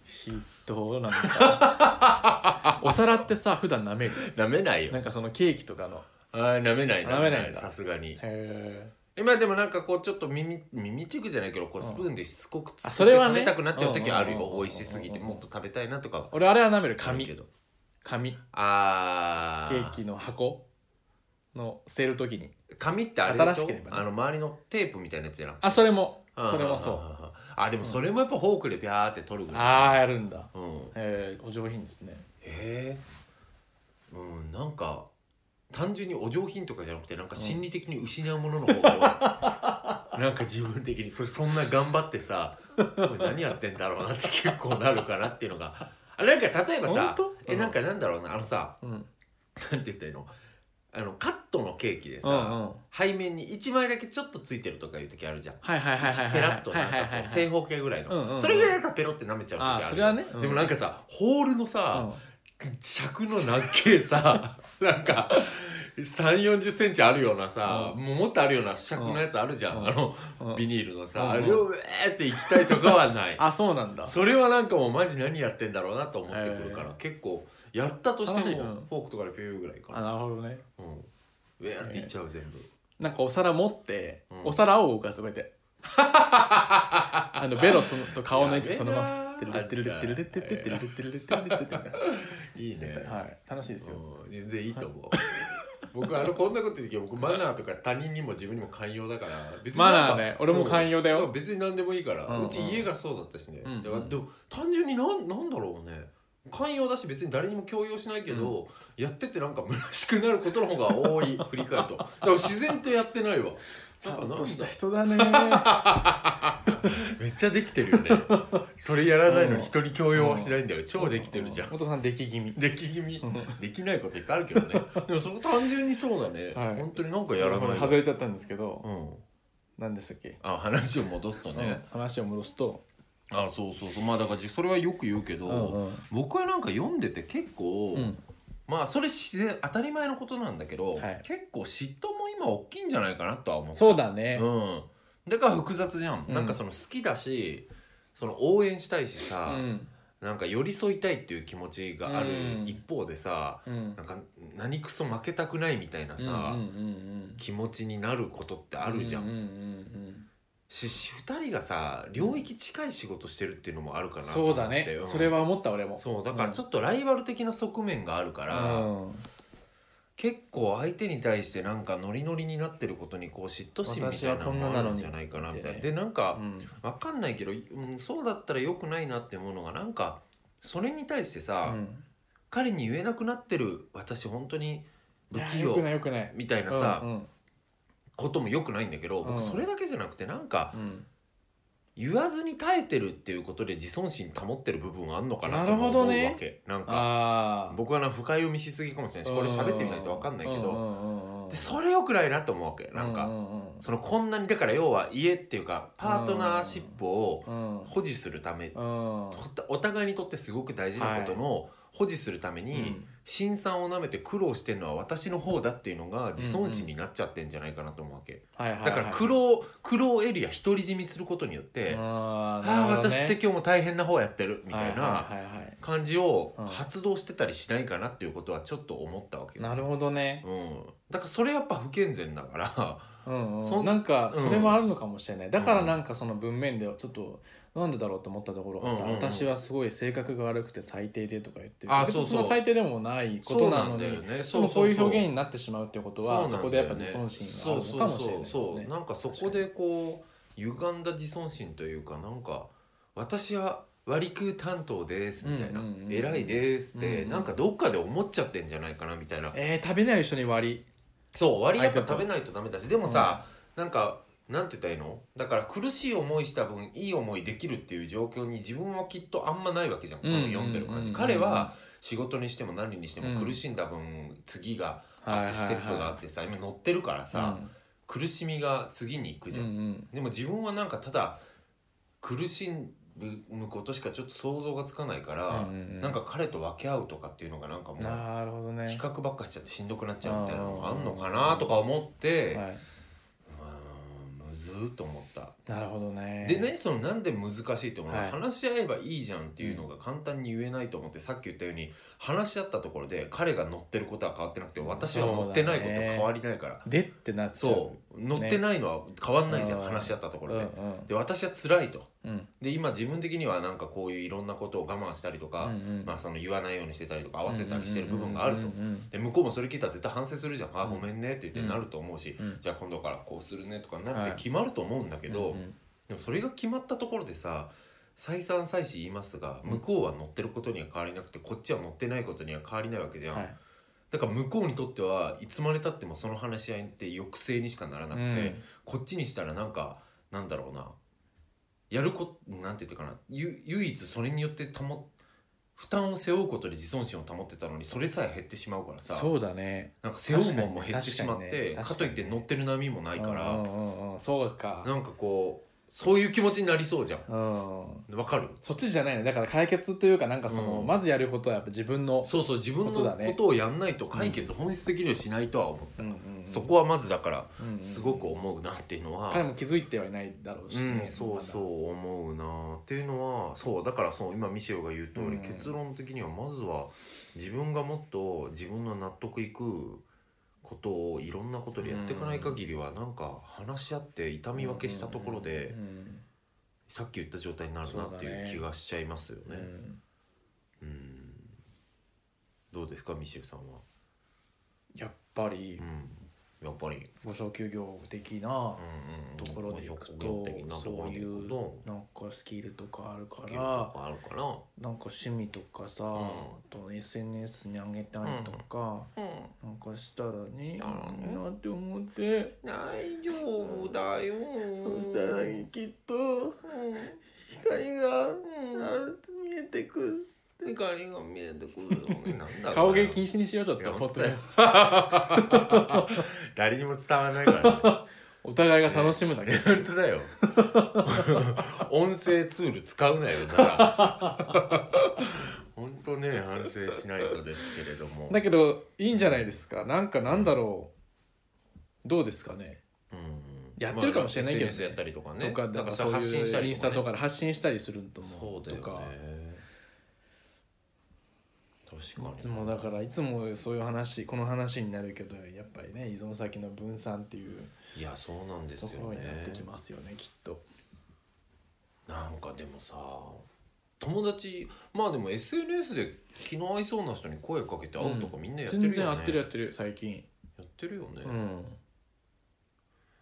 Speaker 1: ひどうなんだ
Speaker 2: [LAUGHS]
Speaker 1: お皿ってさ普段舐める
Speaker 2: なめないよ
Speaker 1: なんかそのケーキとかの
Speaker 2: あなめない
Speaker 1: 舐めないんだ
Speaker 2: さすがに
Speaker 1: へえ
Speaker 2: 今でもなんかこうちょっと耳耳チクじゃないけどこう
Speaker 1: うん
Speaker 2: スプーンでしつこくつ
Speaker 1: あそれは
Speaker 2: 食
Speaker 1: ね
Speaker 2: べたくなっちゃう時はある
Speaker 1: うんうんうんう
Speaker 2: よ
Speaker 1: ん
Speaker 2: 美味しすぎて
Speaker 1: うんうんう
Speaker 2: も
Speaker 1: ん
Speaker 2: っと食べたいなとかは
Speaker 1: 俺あれは舐
Speaker 2: あ
Speaker 1: める
Speaker 2: るけ
Speaker 1: 紙
Speaker 2: ど
Speaker 1: 紙
Speaker 2: あ
Speaker 1: ケーキの箱の捨てる時に
Speaker 2: 紙ってあれで
Speaker 1: 新
Speaker 2: し
Speaker 1: し
Speaker 2: ょ
Speaker 1: ければね
Speaker 2: あの周りのテープみたいなやつじゃなくて
Speaker 1: あそれもそれも
Speaker 2: あ
Speaker 1: そう
Speaker 2: ああああでもそれもやっぱフォークでピャーって取るぐ
Speaker 1: あ
Speaker 2: ら
Speaker 1: あ
Speaker 2: い
Speaker 1: やるんだ
Speaker 2: うん
Speaker 1: へえお上品ですね
Speaker 2: へえうんなんか単純にお上品とかじゃなくてなんか心理的に失うものの方が、
Speaker 1: [LAUGHS]
Speaker 2: なんか自分的にそれそんな頑張ってさこれ何やってんだろうなって結構なるかなっていうのがあなんか例えばさ
Speaker 1: 本当
Speaker 2: えなんかなんだろうなあのさ
Speaker 1: うんうん
Speaker 2: なんて言ったらいいのあのカットのケーキでさ、
Speaker 1: うん
Speaker 2: 背面に1枚だけちょっとついてるとかいう時あるじゃん。
Speaker 1: はいはいはいはいはい
Speaker 2: ペラッと
Speaker 1: は
Speaker 2: ないん
Speaker 1: はい
Speaker 2: か
Speaker 1: はい
Speaker 2: こ
Speaker 1: は
Speaker 2: う
Speaker 1: い
Speaker 2: 正方形ぐらいの、
Speaker 1: うんうんうん
Speaker 2: それぐらいだったらペロって舐めちゃう時あ
Speaker 1: あ
Speaker 2: る
Speaker 1: あそれはね
Speaker 2: でもなんか
Speaker 1: か
Speaker 2: さホールのさ、尺の長えさ [LAUGHS] なんか3 4 0センチあるようなさ、
Speaker 1: う
Speaker 2: もうもっとあるような尺のやつあるじゃん、
Speaker 1: うん
Speaker 2: あの、
Speaker 1: うん
Speaker 2: ビニールのさ、
Speaker 1: うん
Speaker 2: あれをえーって行きたいとかはない
Speaker 1: あそうなんだ
Speaker 2: [LAUGHS] それはなんかもうマジ何やってんだろうなと思ってくるから、
Speaker 1: へー
Speaker 2: 結構やったとし
Speaker 1: 楽してい
Speaker 2: も、
Speaker 1: うん
Speaker 2: フォークとかでピューぐらいか
Speaker 1: あ
Speaker 2: な
Speaker 1: なるほどね
Speaker 2: うんウェーっていっちゃう全部、
Speaker 1: なんかお皿持って、
Speaker 2: うん
Speaker 1: お皿を動かすこうやってあのベロそのと顔の位置そのまま
Speaker 2: やべえな
Speaker 1: てるれてるれてるれてるれてるれてるれてるれてるれてるれてる
Speaker 2: いいね、
Speaker 1: はい楽しいですよ
Speaker 2: うん全然いい [LAUGHS] と思う僕あのこんなこと言うけど僕マナーとか他人にも自分にも寛容だから別に
Speaker 1: マ
Speaker 2: なんか
Speaker 1: ナーね俺も寛容だ
Speaker 2: いや
Speaker 1: よ
Speaker 2: 別に何でもいいから、う
Speaker 1: うんうん
Speaker 2: ち家がそうだったしね、
Speaker 1: うんうん
Speaker 2: だからでも単純になんなんだろうね寛容だし別に誰にも強要しないけど、やっててなんか虚しくなることの方が多 [LAUGHS] い振り返るとだから自然とやってないわ
Speaker 1: ちゃ
Speaker 2: なん
Speaker 1: ん
Speaker 2: かな
Speaker 1: と
Speaker 2: ん
Speaker 1: し
Speaker 2: だ
Speaker 1: た人だね
Speaker 2: めっちゃできてる [LAUGHS] よねそれやらないのに人に強要はしないんだよ、超できてるじゃん、
Speaker 1: 元さん出来気味
Speaker 2: でき気味
Speaker 1: ん
Speaker 2: できないこといっぱいあるけど
Speaker 1: [LAUGHS]
Speaker 2: ねでもそこ単純にそうだね、
Speaker 1: はい
Speaker 2: 本当になんかやらない
Speaker 1: 外れちゃったんですけど
Speaker 2: うん
Speaker 1: 何でしたっけ
Speaker 2: あ話を戻すとね、
Speaker 1: うん話を戻すと
Speaker 2: あそうそうそうまあだからじそれはよく言うけど、
Speaker 1: うんうん
Speaker 2: 僕はなんか読んでて結構、
Speaker 1: うん
Speaker 2: まあそれ自然当たり前のことなんだけど、
Speaker 1: はい
Speaker 2: 結構嫉妬も今大きいんじゃないかなとは思う
Speaker 1: そうだね、
Speaker 2: うん、だから複雑じゃん、
Speaker 1: うん
Speaker 2: なんかその好きだしその応援したいし
Speaker 1: う
Speaker 2: さ、
Speaker 1: ん
Speaker 2: なんか寄り添いたいっていう気持ちがある
Speaker 1: うん
Speaker 2: 一方でさ、
Speaker 1: うん
Speaker 2: なんか何くそ負けたくないみたいな
Speaker 1: うんうん
Speaker 2: さ、
Speaker 1: うん
Speaker 2: 気持ちになることってあ
Speaker 1: あ
Speaker 2: るじゃん、
Speaker 1: うんうんうん
Speaker 2: し2人がさ領域近い仕事してるっていうのもあるか
Speaker 1: うん
Speaker 2: なと
Speaker 1: そ
Speaker 2: 思
Speaker 1: うだ
Speaker 2: って
Speaker 1: ね
Speaker 2: うん
Speaker 1: それは思った俺も
Speaker 2: そうだからちょっとライバル的な側面があるから、
Speaker 1: うん
Speaker 2: 結構相手に対してなんかノリノリになってることにこう嫉妬心みたいなの
Speaker 1: 私はこんな
Speaker 2: も
Speaker 1: な
Speaker 2: あ
Speaker 1: の
Speaker 2: るん
Speaker 1: に
Speaker 2: じゃないかなみたいな。
Speaker 1: って
Speaker 2: でなんか
Speaker 1: うん
Speaker 2: わかんないけど、うん、そうだったら良くないなってものがなんかそれに対してさ、
Speaker 1: うん
Speaker 2: 彼に言えなくなってる私本当に不器
Speaker 1: いやよく
Speaker 2: 用
Speaker 1: ないよくない
Speaker 2: みたいなさ、
Speaker 1: うん
Speaker 2: ことも良くないんだけど
Speaker 1: うん
Speaker 2: 僕それだけじゃなくてなんか
Speaker 1: うん
Speaker 2: 言わずに耐えてるっていうことで自尊心保ってる部分があるのかなって
Speaker 1: なる
Speaker 2: 思
Speaker 1: ほ
Speaker 2: う
Speaker 1: ど
Speaker 2: わ
Speaker 1: ね
Speaker 2: け、なんか
Speaker 1: ああ
Speaker 2: 僕はな深読みしすぎかもしれないしこれ喋ってみないと分かんないけど。
Speaker 1: ど
Speaker 2: でそれよくないなと思うわけなんか、そのこんなにだから要は家っていうかパートナーシップを保持するため、とお互いにとってすごく大事なことの保持するために辛酸をなめて苦労してるのは私の方だっていうのが自尊心になっちゃってんじゃないかなと思うわけ、だから苦労苦労エリア独り占めすることによって、あ
Speaker 1: あ
Speaker 2: あ私って今日も大変な方やってるみたいな
Speaker 1: な
Speaker 2: 感じを
Speaker 1: うん
Speaker 2: 発動してたりしないかなっていうことはちょっと思ったわけよ
Speaker 1: なるほどね
Speaker 2: うん、だからそれやっぱ不健全だ
Speaker 1: [LAUGHS]
Speaker 2: から
Speaker 1: うん
Speaker 2: そ
Speaker 1: うんんなんか
Speaker 2: うん
Speaker 1: それもあるのかもしれないだからなんかその文面ではちょっとなんでだろうと思ったところがさ
Speaker 2: うんうんうん
Speaker 1: 私はすごい性格が悪くて最低でとか言ってる
Speaker 2: あ
Speaker 1: 別
Speaker 2: そう
Speaker 1: に
Speaker 2: そう
Speaker 1: そんな最低でもないことなのに
Speaker 2: そうなんだよね
Speaker 1: でもこういう表現になってしまうってことはそ
Speaker 2: なんだよね
Speaker 1: こでやっぱ自尊心があるのかもしれないです
Speaker 2: そうそうそうそう
Speaker 1: ね
Speaker 2: なんかそこでこう歪んだ自尊心というかなんか私は割り食う担当ですみたいな、
Speaker 1: うんうんうんうん
Speaker 2: 偉いですって、
Speaker 1: うんうん
Speaker 2: なんかどっかで思っちゃってんじゃないかなみたいな、
Speaker 1: えー食べない一緒に割
Speaker 2: そう割りやっぱ食べないとダメだしでもさ、なんかなんて言ったらいいのだから苦しい思いした分いい思いできるっていう状況に自分はきっとあんまないわけじゃん、
Speaker 1: うんうんうんうん
Speaker 2: この読んでる感じ彼は仕事にしても何にしても
Speaker 1: うん
Speaker 2: 苦しんだ分、次が
Speaker 1: り
Speaker 2: あってステップがあってさ、今乗ってるからさ、
Speaker 1: うん
Speaker 2: 苦しみが次に行くじゃん、
Speaker 1: うんうん
Speaker 2: でも自分はなんかただ苦しむことしかちょっと想像がつかないから
Speaker 1: う、んうんうん
Speaker 2: なんか彼と分け合うとかっていうのがなんかもう
Speaker 1: なるほどね
Speaker 2: 比較ばっかしちゃってしんどくなっちゃうみたいなのがあんのかなとか思って、
Speaker 1: はい、
Speaker 2: うーんむずーっと思った。
Speaker 1: なるほどね
Speaker 2: でねそのなんで難しいと思うのは、
Speaker 1: はい
Speaker 2: 話し合えばいいじゃんっていうのが簡単に言えないと思って、さっき言ったように話し合ったところで彼が乗ってることは変わってなくて私は乗ってないことは変わりないから。
Speaker 1: でってなっちゃう
Speaker 2: そう乗ってないのは変わんないじゃん、
Speaker 1: うん
Speaker 2: 話し合ったとこ
Speaker 1: うん
Speaker 2: ろ
Speaker 1: う
Speaker 2: で。
Speaker 1: ん
Speaker 2: で私は辛いと
Speaker 1: うん
Speaker 2: で今自分的にはなんかこういういろんなことを我慢したりとか、
Speaker 1: うんうん
Speaker 2: まあ、その言わないようにしてたりとか合わせたりしてる部分がある
Speaker 1: うん
Speaker 2: と
Speaker 1: う。ん
Speaker 2: で向こうもそれ聞いたら絶対反省するじゃん「あ
Speaker 1: うん
Speaker 2: ごめんね」って言ってなると思うし、
Speaker 1: うんうん
Speaker 2: じゃあ今度からこうするねとかな
Speaker 1: は
Speaker 2: っ
Speaker 1: い
Speaker 2: て決まると思うんだけど、
Speaker 1: うんうん
Speaker 2: でもそれが決まったところでさ再三再四言いますが向こうは乗ってることには変わりなくてこっちは乗ってないことには変わりないわけじゃん、
Speaker 1: はい
Speaker 2: だから向こうにとってはいつまでたってもその話し合いって抑制にしかならなくて、
Speaker 1: うん
Speaker 2: こっちにしたらなんかなんだろうなやるこなんて言ってかなゆ唯一それによって保負担を背負うことで自尊心を保ってたのにそれさえ減ってしまうからさ
Speaker 1: そうだね
Speaker 2: なんか背負うもんも減ってしまっ
Speaker 1: 確かに
Speaker 2: て
Speaker 1: ね
Speaker 2: か,、
Speaker 1: 確かにね
Speaker 2: といって乗ってる波もないから、
Speaker 1: うんうんうんうんそうか
Speaker 2: なんかこうそういう気持ちになりそうじゃん
Speaker 1: うん
Speaker 2: わかる
Speaker 1: そっちじゃないねだから解決というかなんかその、
Speaker 2: うん
Speaker 1: まずやることはやっぱ自分の
Speaker 2: そうそう自分の
Speaker 1: ことだね
Speaker 2: ことをやんないと解決本質的にはしないとは思う、
Speaker 1: うんうんうん
Speaker 2: そこはまずだから
Speaker 1: うんうん
Speaker 2: すごく思うなっていうのは、
Speaker 1: 彼も気づいてはいないだろうし
Speaker 2: う
Speaker 1: ね、
Speaker 2: ん、そうそう思うなっていうのはそうだからそう今ミシェルが言う通り、
Speaker 1: うん
Speaker 2: 結論的にはまずは自分がもっと自分の納得いくことをいろんなことでやっていかない限りはなんか話し合って痛み分けしたところで
Speaker 1: うんうん
Speaker 2: さっき言った状態になるなっていう気がしちゃいますよ
Speaker 1: うんう
Speaker 2: ね。
Speaker 1: ん
Speaker 2: うんどうですかミシェルさんは。
Speaker 1: やっぱり
Speaker 2: うん、やっぱり、
Speaker 1: 五小休業的な
Speaker 2: うんうん、
Speaker 1: ところでいく
Speaker 2: ご職業
Speaker 1: と
Speaker 2: 的なとこ
Speaker 1: そ
Speaker 2: ろ
Speaker 1: う
Speaker 2: で
Speaker 1: い
Speaker 2: いく
Speaker 1: う
Speaker 2: と
Speaker 1: なんかスキルとかあるか
Speaker 2: か
Speaker 1: ら
Speaker 2: あるか
Speaker 1: なんか趣味とかさ、
Speaker 2: ん
Speaker 1: あと SNS に上げたりとか、
Speaker 2: ら、
Speaker 1: なんかしたらね
Speaker 2: したらね
Speaker 1: いいなって思って
Speaker 2: 大丈夫だよ。
Speaker 1: そしたらきっと
Speaker 2: う
Speaker 1: 光が
Speaker 2: ん
Speaker 1: ある見えてくる
Speaker 2: ん、光が見えてくるよね。なんだ
Speaker 1: [LAUGHS] 顔芸
Speaker 2: 禁
Speaker 1: 禁
Speaker 2: 止。
Speaker 1: 止にしようちょ
Speaker 2: い
Speaker 1: っ
Speaker 2: や
Speaker 1: とポッドキャスト
Speaker 2: 誰にも伝わらない
Speaker 1: [LAUGHS]
Speaker 2: から、
Speaker 1: お互いが楽しむだけ、
Speaker 2: ね。本当だよ。音声ツール使うなよなら。本当ね反省しないとですけれども、
Speaker 1: だけどいいんじゃないですかなんかなんだろうどうですかね
Speaker 2: うん
Speaker 1: やってるかもしれないけどね
Speaker 2: SNS やったりとかね
Speaker 1: とか
Speaker 2: な
Speaker 1: だ
Speaker 2: んか
Speaker 1: か
Speaker 2: らさ
Speaker 1: そう
Speaker 2: 発信した
Speaker 1: いう
Speaker 2: り
Speaker 1: インスタと
Speaker 2: ね
Speaker 1: かで発信したりすると思
Speaker 2: そううだよ
Speaker 1: と
Speaker 2: ね
Speaker 1: か
Speaker 2: 確
Speaker 1: い
Speaker 2: か
Speaker 1: つ
Speaker 2: に
Speaker 1: もだからいつもそういう話この話になるけどやっぱりね依存先の分散っていう
Speaker 2: いやそうなんです
Speaker 1: と
Speaker 2: よ
Speaker 1: ころになっ
Speaker 2: ね
Speaker 1: てきますよねきっと
Speaker 2: なんかでもさ友達まあでも SNS で気の合いそうな人に声かけて会うとかみんなやってるよ
Speaker 1: 全
Speaker 2: ね、
Speaker 1: 然合ってるやっ
Speaker 2: や
Speaker 1: てる最近
Speaker 2: ってるよね、
Speaker 1: うん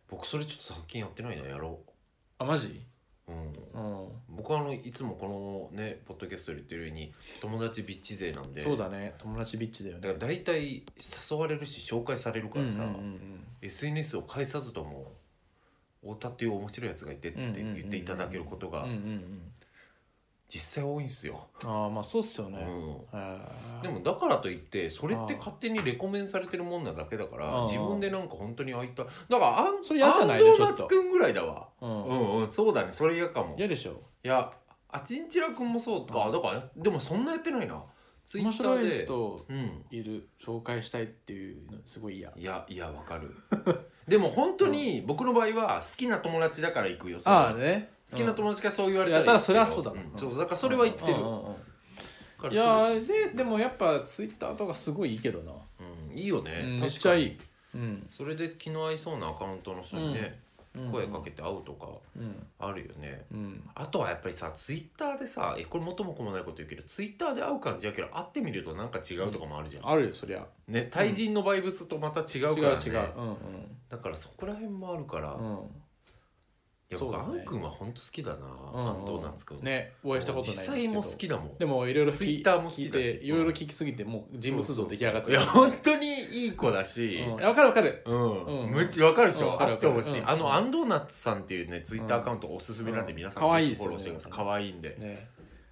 Speaker 2: 僕それちょっと最近やってないなやろ
Speaker 1: あマジ
Speaker 2: ううん
Speaker 1: うん
Speaker 2: 僕はあのいつもこのねポッドキャストで言ってるように友達ビッチ勢なんで
Speaker 1: そうだね友達ビッチだよ
Speaker 2: だ
Speaker 1: ね
Speaker 2: から大体誘われるし紹介されるからさ、
Speaker 1: うんうんうん、
Speaker 2: SNS を介さずとも太田っていう面白いやつがいてって言って
Speaker 1: うんうんうんうん
Speaker 2: 言っていただけることが
Speaker 1: うんうんうん、
Speaker 2: 実際多いんすよ、
Speaker 1: ああまあそうっすよね、
Speaker 2: うん
Speaker 1: あー
Speaker 2: でもだからといってそれって勝手にレコメンされてるもんなだけだか
Speaker 1: あ
Speaker 2: ら
Speaker 1: ー
Speaker 2: 自分でなんか本当にあいただからあん
Speaker 1: それ嫌じゃないの
Speaker 2: 安藤
Speaker 1: ちょっと
Speaker 2: 松くんぐらいだわ
Speaker 1: う
Speaker 2: うんんうんそうだねそれ嫌かもい
Speaker 1: 嫌でしょ
Speaker 2: やあちんちらくんもそうか
Speaker 1: うん
Speaker 2: だからでもそんなやってないなツイ
Speaker 1: 面
Speaker 2: ッタ
Speaker 1: 白
Speaker 2: ー
Speaker 1: い
Speaker 2: で
Speaker 1: 人
Speaker 2: うん
Speaker 1: いる紹介したいっていうのすごい嫌
Speaker 2: いやいやわかるでも本当に僕の場合は好きな友達だから行くよそれ
Speaker 1: ああね
Speaker 2: 好きな友達からそう言われた
Speaker 1: いやただそれはそうだ
Speaker 2: んそうだからそれは言ってる、
Speaker 1: うんうんうん
Speaker 2: からそれ
Speaker 1: いやーででもやっぱツイッターとかすごいいいけどな、
Speaker 2: うん、いいよね、
Speaker 1: う
Speaker 2: 確か
Speaker 1: ん
Speaker 2: に
Speaker 1: めっちゃいい、うん
Speaker 2: それで気の合いそうなアカウントの人にね、声かけて会うとか
Speaker 1: うん
Speaker 2: あるよね
Speaker 1: うん
Speaker 2: あとはやっぱりさツイッターでさえこれ元も子もないこと言うけどツイッターで会う感じやけど会ってみるとなんか違うとかもあるじゃん、
Speaker 1: あるよそりゃ
Speaker 2: ね対人のバイブスとまた違う
Speaker 1: 違
Speaker 2: から、
Speaker 1: う
Speaker 2: ね、
Speaker 1: 違ううん
Speaker 2: だからそこら辺もあるから、
Speaker 1: う
Speaker 2: い
Speaker 1: ん
Speaker 2: や
Speaker 1: そう
Speaker 2: 僕
Speaker 1: だね
Speaker 2: アン君は本当好きだな、
Speaker 1: うん
Speaker 2: 安藤夏君
Speaker 1: ねお会いしたことないんですけど
Speaker 2: 実際も好きだもん
Speaker 1: でもいろいろ聞
Speaker 2: ツイッターも好
Speaker 1: 聞
Speaker 2: き
Speaker 1: い
Speaker 2: だして
Speaker 1: いろいろ聞きすぎてもう人物像出来上がって
Speaker 2: い
Speaker 1: る
Speaker 2: や本当にいい子だし、
Speaker 1: うんいやわかるわかる
Speaker 2: うん、
Speaker 1: うん
Speaker 2: むっちわかるでし
Speaker 1: うん
Speaker 2: ょ、
Speaker 1: わか
Speaker 2: あ
Speaker 1: るわ
Speaker 2: って
Speaker 1: かる
Speaker 2: ほしい、
Speaker 1: うん
Speaker 2: あのアンドーナツさんっていうねツイッターアカウントがおすすめなんで、
Speaker 1: うん
Speaker 2: 皆さん
Speaker 1: 可愛い
Speaker 2: ぜ
Speaker 1: で
Speaker 2: ひフォロ
Speaker 1: すよね
Speaker 2: ーしてください可愛いんで、
Speaker 1: ね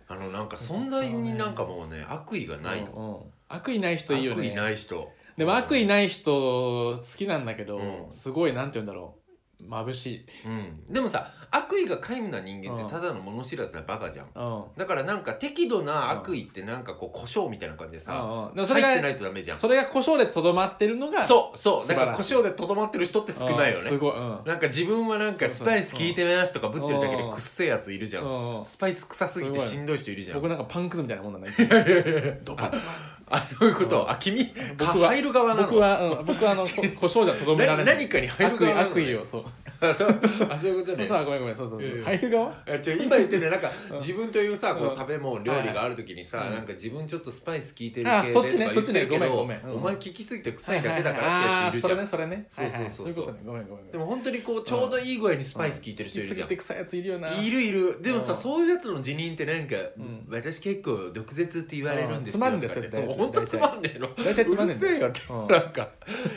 Speaker 2: あのなんか存在になんかもうね悪意がないの、
Speaker 1: うんうん悪意ない人いいよね
Speaker 2: 悪意ない人
Speaker 1: でも悪意ない人好きなんだけど、
Speaker 2: うん
Speaker 1: すごいなんて言うんだろう眩しい、
Speaker 2: うん、でもさ悪意が皆無な人間っ
Speaker 1: うん
Speaker 2: てただの物知らずなバカじゃん
Speaker 1: うん
Speaker 2: だからなんか適度な悪意ってなんかこう胡椒みたいな感じでさ、
Speaker 1: うんうん、でもそれ
Speaker 2: 入ってな
Speaker 1: が
Speaker 2: いとダメじゃんそ
Speaker 1: それが故障でとどまってるのが
Speaker 2: うそうだから胡
Speaker 1: 素晴らしい
Speaker 2: 椒でとどまってる人って少ないよ
Speaker 1: うん
Speaker 2: ね
Speaker 1: すごい、うん、
Speaker 2: なんか自分はなんかスパイス効いてますとかぶってるだけでくっせえやついるじゃ
Speaker 1: うんうん
Speaker 2: んスパイス臭すぎてしんどい人いるじゃん
Speaker 1: 僕なんかパンクズみたいなもんなんだいつもドバドバっつって
Speaker 2: あそういうこ
Speaker 1: う
Speaker 2: と
Speaker 1: ん
Speaker 2: あ君
Speaker 1: 僕は
Speaker 2: 入る側なの
Speaker 1: 僕は、うん、僕
Speaker 2: [LAUGHS]
Speaker 1: はあのこ故障じゃとどめら
Speaker 2: な
Speaker 1: れない
Speaker 2: 何かに入る
Speaker 1: 悪意
Speaker 2: 側なのね
Speaker 1: 悪意をそう
Speaker 2: あそうあそういうこと
Speaker 1: そう
Speaker 2: ね
Speaker 1: さごめんごめんそうそうそう、
Speaker 2: いやいや
Speaker 1: 入る側
Speaker 2: あちょ今言ってるのはなん
Speaker 1: う
Speaker 2: か
Speaker 1: ん
Speaker 2: 自分というさこ
Speaker 1: う
Speaker 2: うん食べ物料理がある時にさ
Speaker 1: うん
Speaker 2: なんか自分ちょっとスパイス効いてる
Speaker 1: あ
Speaker 2: 系
Speaker 1: そっち
Speaker 2: で
Speaker 1: ね
Speaker 2: とか言てるけど
Speaker 1: そっちねごめんごめん
Speaker 2: お
Speaker 1: うん
Speaker 2: 前効きすぎて臭いだけだからってやついるじゃん
Speaker 1: あーそれねそれね
Speaker 2: そうそうそうそう
Speaker 1: はいはい、そういうことねごめんごめんごめん
Speaker 2: でも本当にこうちょうどいい具合にス
Speaker 1: ス
Speaker 2: パイス効いてる人いるじゃん
Speaker 1: て臭いやついるよない
Speaker 2: るいるでもさ、
Speaker 1: うん
Speaker 2: そういうやつの辞任ってなんか、
Speaker 1: うん
Speaker 2: 私結構毒舌って言われるんですよ、
Speaker 1: うんつまるんですよ
Speaker 2: とかね
Speaker 1: 大
Speaker 2: そ
Speaker 1: 体
Speaker 2: う本当つまんねえの
Speaker 1: 大体つまんねえんだ
Speaker 2: うるせえよって、
Speaker 1: うん
Speaker 2: [LAUGHS] なんか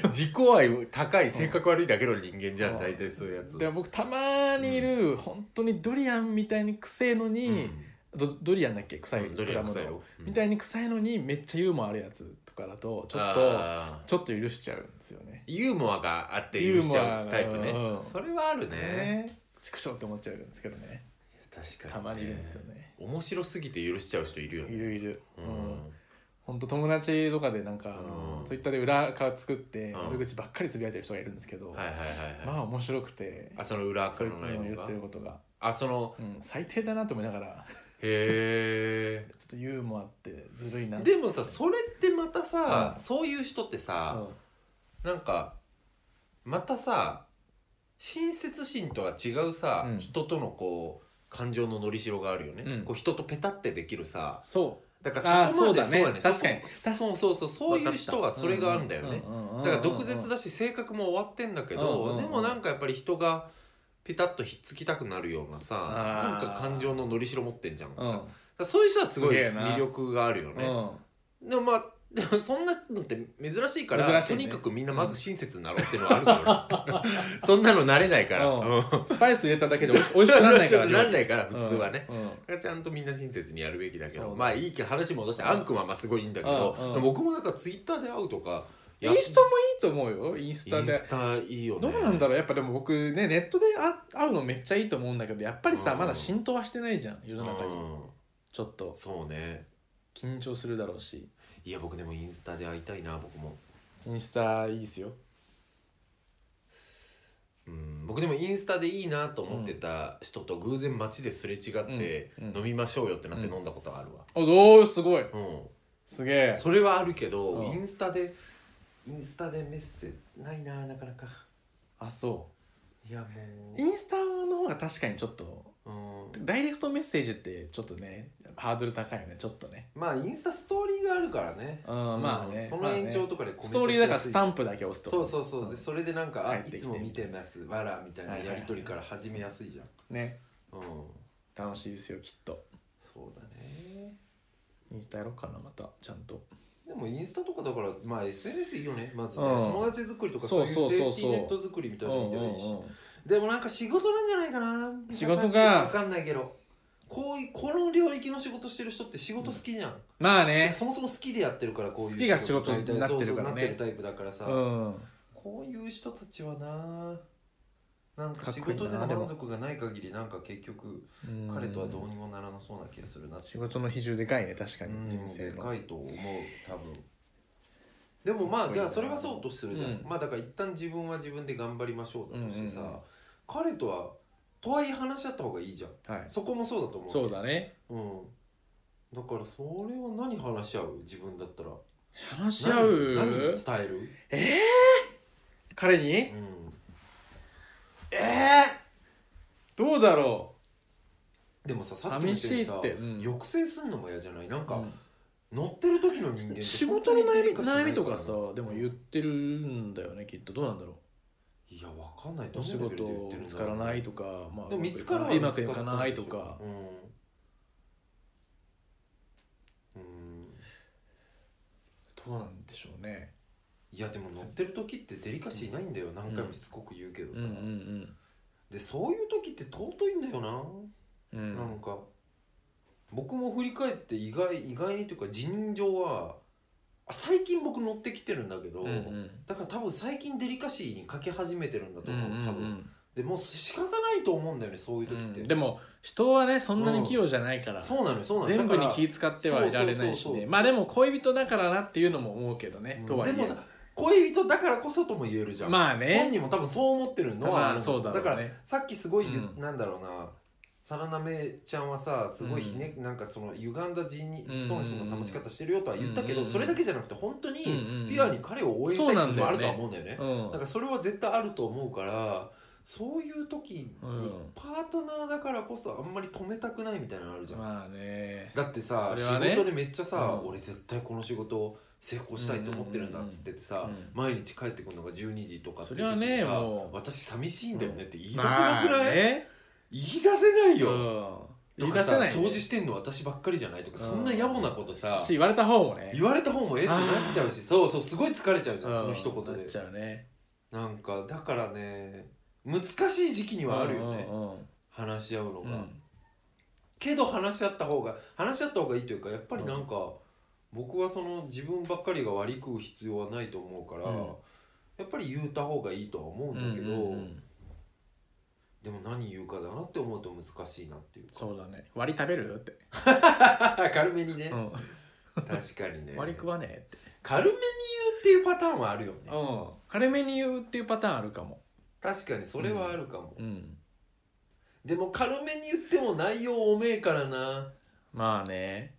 Speaker 2: 自己愛高い性格悪いだけの人間じゃん、
Speaker 1: うん
Speaker 2: 大体そういうやつ
Speaker 1: でも僕たまにいる、本当にドリアンみたいに臭いの
Speaker 2: う
Speaker 1: に、
Speaker 2: ん
Speaker 1: どドリアンだっけ臭い
Speaker 2: うんどれ
Speaker 1: 果
Speaker 2: が
Speaker 1: 物
Speaker 2: 臭いよ、
Speaker 1: みた
Speaker 2: い
Speaker 1: いに臭いのにめっちゃユーモアあるやつとかだとちょっと
Speaker 2: と
Speaker 1: ちょっと許しちゃうんですよね。
Speaker 2: ユーモアがあって許しちゃうタイプね
Speaker 1: ユーモアがうん
Speaker 2: それはあるね
Speaker 1: ね畜生って思っちゃうんですけどね
Speaker 2: 確かにね
Speaker 1: たまにいるんですよね。
Speaker 2: 面白すぎて許しちゃう人いるよ
Speaker 1: い
Speaker 2: ね
Speaker 1: るいる。う
Speaker 2: うんん、
Speaker 1: 本当友達とかでなんか、
Speaker 2: うん
Speaker 1: ツイッターで裏側作って
Speaker 2: うん
Speaker 1: 悪口ばっかりつぶやいてる人がいるんですけど、
Speaker 2: はいはいはい
Speaker 1: ま
Speaker 2: はい
Speaker 1: あ面白くて
Speaker 2: あその裏
Speaker 1: そ
Speaker 2: 垢
Speaker 1: い
Speaker 2: の
Speaker 1: つの
Speaker 2: 内
Speaker 1: 言
Speaker 2: 容
Speaker 1: っ
Speaker 2: が
Speaker 1: てることが、
Speaker 2: あその
Speaker 1: うん、最低だなと思いながら
Speaker 2: へえ
Speaker 1: ちょっとユーモアってずるいな
Speaker 2: でもさそれってまたさ、
Speaker 1: うん
Speaker 2: そういう人ってさ、なんかまたさ親切心とは違うさ、
Speaker 1: うん
Speaker 2: 人とのこう感情ののりしろがあるよね、
Speaker 1: うん
Speaker 2: こう人とペタってできるさ
Speaker 1: そ
Speaker 2: だか
Speaker 1: あ
Speaker 2: ら
Speaker 1: ー
Speaker 2: そこまで
Speaker 1: そうだね確かに
Speaker 2: そこそうそうそうそういう人は
Speaker 1: う
Speaker 2: それがあるんだよね、
Speaker 1: うん
Speaker 2: だから毒舌だし性格も終わってんだけど、
Speaker 1: うんうんう
Speaker 2: で
Speaker 1: ん
Speaker 2: もなんかやっぱり人がペタッとひっつきたくなるようなさ
Speaker 1: あー
Speaker 2: なんか感情ののりしろ持ってんじゃん、
Speaker 1: う
Speaker 2: だ
Speaker 1: ん
Speaker 2: か、らそういう人はすごい
Speaker 1: すげえな
Speaker 2: 魅力があるよ
Speaker 1: う
Speaker 2: ね、
Speaker 1: ん
Speaker 2: でもまあでもそんなのって珍しいから
Speaker 1: 珍しい
Speaker 2: と
Speaker 1: ね
Speaker 2: にかくみんなまず親切になろうっていうのはあるから、
Speaker 1: [LAUGHS]
Speaker 2: そんなの慣れないから、
Speaker 1: うん
Speaker 2: うん
Speaker 1: スパイス入れただけじゃ美味しくなら
Speaker 2: [LAUGHS]
Speaker 1: ない
Speaker 2: ち
Speaker 1: から
Speaker 2: ょっとなんないから普通はね、
Speaker 1: うんうん
Speaker 2: だからちゃんとみんな親切にやるべきだけ
Speaker 1: そう
Speaker 2: ど
Speaker 1: だ
Speaker 2: まあいいけど話戻してあんくんはまあすごいいいんだけど、
Speaker 1: うんうん
Speaker 2: でも僕もなんかツイッターで会うとか
Speaker 1: インスタもいいと思うよインス
Speaker 2: イ
Speaker 1: タ
Speaker 2: ン
Speaker 1: で
Speaker 2: スタいいよね
Speaker 1: どうなんだろうやっぱでも僕ねネットであ会うのめっちゃいいと思うんだけどやっぱりさ
Speaker 2: うん
Speaker 1: まだ浸透はしてないじゃん世の中に
Speaker 2: うん
Speaker 1: ちょっと
Speaker 2: そうね
Speaker 1: 緊張するだろうし
Speaker 2: いや僕でもインスタで会いたいな僕も
Speaker 1: インスタいいですよ
Speaker 2: うん僕でもインスタでいいなと思ってた人と偶然街ですれ違って
Speaker 1: うんうん
Speaker 2: 飲みましょうよってなって
Speaker 1: うん
Speaker 2: 飲んだことがあるわ
Speaker 1: あどうすごい
Speaker 2: うん
Speaker 1: すげえ
Speaker 2: それはあるけど、
Speaker 1: うん
Speaker 2: インスタでインスタでメッセないななかなか
Speaker 1: あそ
Speaker 2: いやも
Speaker 1: うインスタの方が確かにちょっと
Speaker 2: う、うん、
Speaker 1: ダイレクトメッセージってちょっとねハードル高いよねちょっとね
Speaker 2: まあインスタストーリーがあるからね
Speaker 1: うんまあね
Speaker 2: その延長とかで
Speaker 1: まあねストーリーだからスタ
Speaker 2: ン
Speaker 1: ンプだけ押すとか
Speaker 2: そうそうそうでそれでなんか「あ
Speaker 1: 帰って
Speaker 2: い
Speaker 1: きて
Speaker 2: つも見てますわら」みたいな
Speaker 1: はいはいは
Speaker 2: や
Speaker 1: い
Speaker 2: り取りから始めやすいじゃん、
Speaker 1: ね
Speaker 2: うん
Speaker 1: 楽しいですよきっと
Speaker 2: そうだね
Speaker 1: インスタやろうかなまたちゃんと
Speaker 2: でもインスタとかだからまあ SNS いいよねまずね、
Speaker 1: うん
Speaker 2: 友達作りとかそう
Speaker 1: そ
Speaker 2: う
Speaker 1: そう
Speaker 2: いうセ
Speaker 1: そうそう
Speaker 2: ーフティーネット作りみたいなのでもいいし、
Speaker 1: うんうんうん
Speaker 2: でもなんか仕事なんじゃないかな
Speaker 1: 仕事が
Speaker 2: 分かんないけどこういこの領域の仕事してる人って仕事好きじゃん、
Speaker 1: まあ
Speaker 2: で
Speaker 1: ね
Speaker 2: そもそも好きでやってるからこういう
Speaker 1: 好きが仕事になってるからね
Speaker 2: そうそうなってるタイプだからさ、
Speaker 1: うん
Speaker 2: こういう人たちはななんか
Speaker 1: かっ
Speaker 2: 仕
Speaker 1: こいいな
Speaker 2: 事での
Speaker 1: でも
Speaker 2: 満足がない限りなんか結局
Speaker 1: うん
Speaker 2: 彼とはどうにもならなそうな気がするなって
Speaker 1: 仕事の比重でかいね確かに
Speaker 2: うん
Speaker 1: 人生
Speaker 2: で
Speaker 1: の
Speaker 2: かいと思う多分でもまあじゃあそれはそうとするじゃん、
Speaker 1: うん
Speaker 2: まあだから一旦自分は自分で頑張りましょうだとしてさ、
Speaker 1: うんうんうん
Speaker 2: 彼とはとはいえ話し合った方がいいじゃん
Speaker 1: はい
Speaker 2: そこもそうだと思う
Speaker 1: そうだね
Speaker 2: うんだからそれは何話し合う自分だったら
Speaker 1: 話し合う
Speaker 2: 何何伝える
Speaker 1: ええ彼に
Speaker 2: うん
Speaker 1: ええどうだろ
Speaker 2: でもささっきみたにさ
Speaker 1: 寂しいってうん
Speaker 2: 抑制すんのも嫌じゃないなん
Speaker 1: う
Speaker 2: か、
Speaker 1: うん
Speaker 2: 乗ってる時の人間って
Speaker 1: 仕事の悩み
Speaker 2: 本当にデリカシーないら
Speaker 1: 悩みとかさでも言ってるんだよねきっとどうなんだろ
Speaker 2: いやわかんないう
Speaker 1: お仕
Speaker 2: どのレベルで言っ
Speaker 1: 事
Speaker 2: てるんだ
Speaker 1: 見つ
Speaker 2: ろう
Speaker 1: からないとかまあ
Speaker 2: でも見つかるは
Speaker 1: うまくいかないとか
Speaker 2: うん、うん、
Speaker 1: どうなんでしょうね
Speaker 2: いやでも乗ってる時ってデリカシーないんだよ、何回もしつこく言うけど
Speaker 1: う
Speaker 2: さ、
Speaker 1: んうん
Speaker 2: でそういう時って尊いんだよな、
Speaker 1: うんうん
Speaker 2: なんか僕も振り返って意外意外にというか尋常はあ最近僕乗ってきてるんだけど、
Speaker 1: うんうん
Speaker 2: だから多分最近デリカシーにかけ始めてるんだと思う、多
Speaker 1: うんうんう
Speaker 2: 分
Speaker 1: ん
Speaker 2: でもう仕方ないと思うんだよねそういう時って、
Speaker 1: うんでも人はねそんなに器用じゃないから、
Speaker 2: そうなのよそうなのよ
Speaker 1: 全部
Speaker 2: だ
Speaker 1: に
Speaker 2: から
Speaker 1: 気使ってはいられないし
Speaker 2: そうそうそう
Speaker 1: ね
Speaker 2: そう
Speaker 1: まあでも恋人だからなっていうのも思うけどね、とはいえ
Speaker 2: でもさ恋人だからこそとも言えるじゃん、
Speaker 1: まあ
Speaker 2: 本
Speaker 1: ね
Speaker 2: 人も多分そう思ってるのは、
Speaker 1: まあそうだろうね
Speaker 2: からさっきすごい言う、
Speaker 1: うん
Speaker 2: なんだろうなさらなめちゃんはさすごいひね、なんかその歪んだ自に自尊心の保ち方してるよとは言ったけど、
Speaker 1: うんうんうん
Speaker 2: それだけじゃなくて本当
Speaker 1: うんう
Speaker 2: に
Speaker 1: んうん
Speaker 2: ピュアに彼を応援したいっていうのもあるとは
Speaker 1: そう
Speaker 2: 思うんだよね
Speaker 1: うん
Speaker 2: だからそれは絶対あると思うからそういう時に
Speaker 1: うん
Speaker 2: パートナーだからこそあんまり止めたくないみたいなのあるじゃん、
Speaker 1: まあね
Speaker 2: だってさ、
Speaker 1: それはね
Speaker 2: 仕事でめっちゃさ、
Speaker 1: うん
Speaker 2: 俺絶対この仕事成功したいと思ってるんだっつっててさ、
Speaker 1: うん
Speaker 2: 毎日帰ってくるのが12時とかって
Speaker 1: それはね
Speaker 2: 時にさ
Speaker 1: もう
Speaker 2: 私寂しいんだよねって言い出せなくな
Speaker 1: まあ
Speaker 2: い、
Speaker 1: ね
Speaker 2: 言い出せないよ、
Speaker 1: うん
Speaker 2: と
Speaker 1: 言い
Speaker 2: か
Speaker 1: 出
Speaker 2: さ
Speaker 1: せないね
Speaker 2: 掃除してんの私ばっかりじゃないとか、
Speaker 1: うん
Speaker 2: そんな野暮なことさ
Speaker 1: し言われた方もね
Speaker 2: 言われた方もえってなっちゃうしそうそうすごい疲れちゃうじゃん、その一
Speaker 1: うん
Speaker 2: 言
Speaker 1: なっ
Speaker 2: で
Speaker 1: ちゃうね
Speaker 2: なんかだからね難しい時期にはあるよね、
Speaker 1: うんうん
Speaker 2: 話し合うの
Speaker 1: うんう
Speaker 2: が、
Speaker 1: ん
Speaker 2: けど話し合った方が話し合った方がいいというかやっぱりなんか、僕はその自分ばっかりが割り食う必要はないと思うから、
Speaker 1: うん
Speaker 2: やっぱり言った方がいいとは思うんだけど、
Speaker 1: うんうんうん
Speaker 2: でも何言うかだなって思うと難しいなっていうか
Speaker 1: そうだね割り食べるって、 [LAUGHS]
Speaker 2: 軽めにね、
Speaker 1: うん、
Speaker 2: 確かにね
Speaker 1: 割り食わねえって、
Speaker 2: 軽めに言うっていうパターンはあるよね
Speaker 1: うん、軽めに言うっていうパターンあるかも
Speaker 2: 確かにそれはあるかも、
Speaker 1: うん
Speaker 2: でも軽めに言っても内容おめえからな
Speaker 1: まあね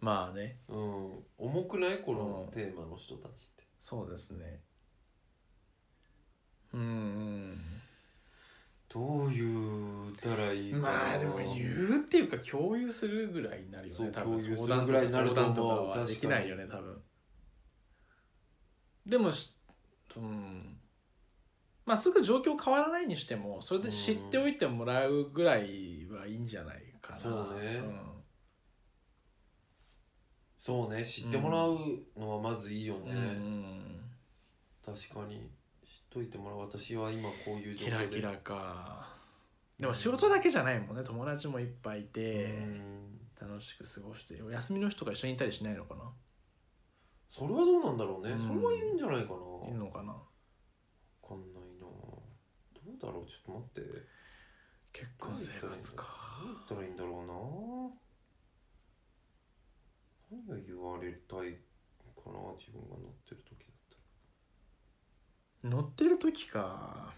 Speaker 1: まあね
Speaker 2: うん重くないこの
Speaker 1: うん
Speaker 2: テーマの人たちって
Speaker 1: そうですねうん
Speaker 2: どう言ったらいい
Speaker 1: うん
Speaker 2: かな
Speaker 1: まあでも言うっていうか共有するぐらいになるよ
Speaker 2: そ
Speaker 1: ね
Speaker 2: う
Speaker 1: 多分
Speaker 2: 共有す
Speaker 1: 相
Speaker 2: るぐ
Speaker 1: 談と
Speaker 2: らい
Speaker 1: か
Speaker 2: になると思
Speaker 1: 相
Speaker 2: う
Speaker 1: 談とかはで
Speaker 2: 確か
Speaker 1: き
Speaker 2: に
Speaker 1: ないよね多分でもしうんまあすぐ状況変わらないにしてもそれで知っておいてもらうぐらいはいいんじゃないかな
Speaker 2: そうねそうね知ってもらうのはまずいいよね
Speaker 1: うん、、うん
Speaker 2: 確かに知っといてもらう私は今こういう状
Speaker 1: キラ
Speaker 2: 況で
Speaker 1: キラかでも仕事だけじゃないもんね友達もいっぱいいて、
Speaker 2: うん
Speaker 1: 楽しく過ごしてお休みの日とか一緒にいたりしないのかな
Speaker 2: それはどうなんだろうね、
Speaker 1: うん
Speaker 2: それはいるんじゃないかな、
Speaker 1: いるのかな
Speaker 2: わかんないなどうだろうちょっと待って
Speaker 1: 結婚生活か
Speaker 2: どう言ったらいいんだろうな自分が乗ってる時だったら
Speaker 1: 乗ってる時か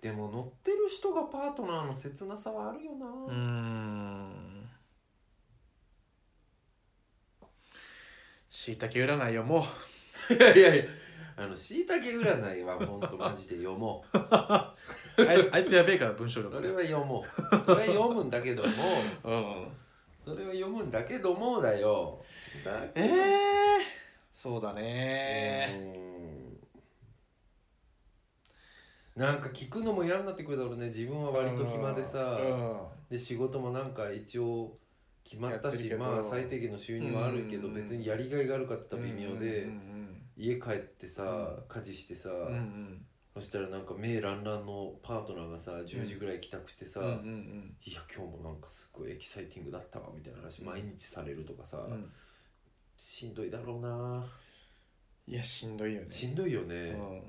Speaker 2: でも乗ってる人がパートナーの切なさはあるよな、
Speaker 1: うーんしいたけ占いよも
Speaker 2: [LAUGHS]
Speaker 1: う
Speaker 2: いやいやいやあのしいたけ占いはほんとマジで読もう [LAUGHS]
Speaker 1: あいあいつやべえから文章力
Speaker 2: それは読
Speaker 1: [LAUGHS]
Speaker 2: もうそれは読むんだけども
Speaker 1: うん
Speaker 2: それは読むんだけどもだよだ
Speaker 1: ええそうだね
Speaker 2: うんなんか聞くのも嫌になってくるだろうね自分は割と暇でさ、で仕事もなんか一応決まった
Speaker 1: やってる
Speaker 2: し
Speaker 1: けど
Speaker 2: まあ最低限の収入はあるけど
Speaker 1: うん
Speaker 2: 別にやりがいがあるかって言ったら微妙で
Speaker 1: うん
Speaker 2: 家帰ってさ家事してさ
Speaker 1: うんうん
Speaker 2: そしたらなんか名ランランのパートナーがさ10時ぐらい帰宅してさ
Speaker 1: うんうんうん
Speaker 2: 「いや今日もなんかすごいエキサイティングだったわ」みたいな話毎日されるとかさ
Speaker 1: うんうん
Speaker 2: しんどいだろうない
Speaker 1: やしんどいよね
Speaker 2: しんどいよ
Speaker 1: う
Speaker 2: ね
Speaker 1: ん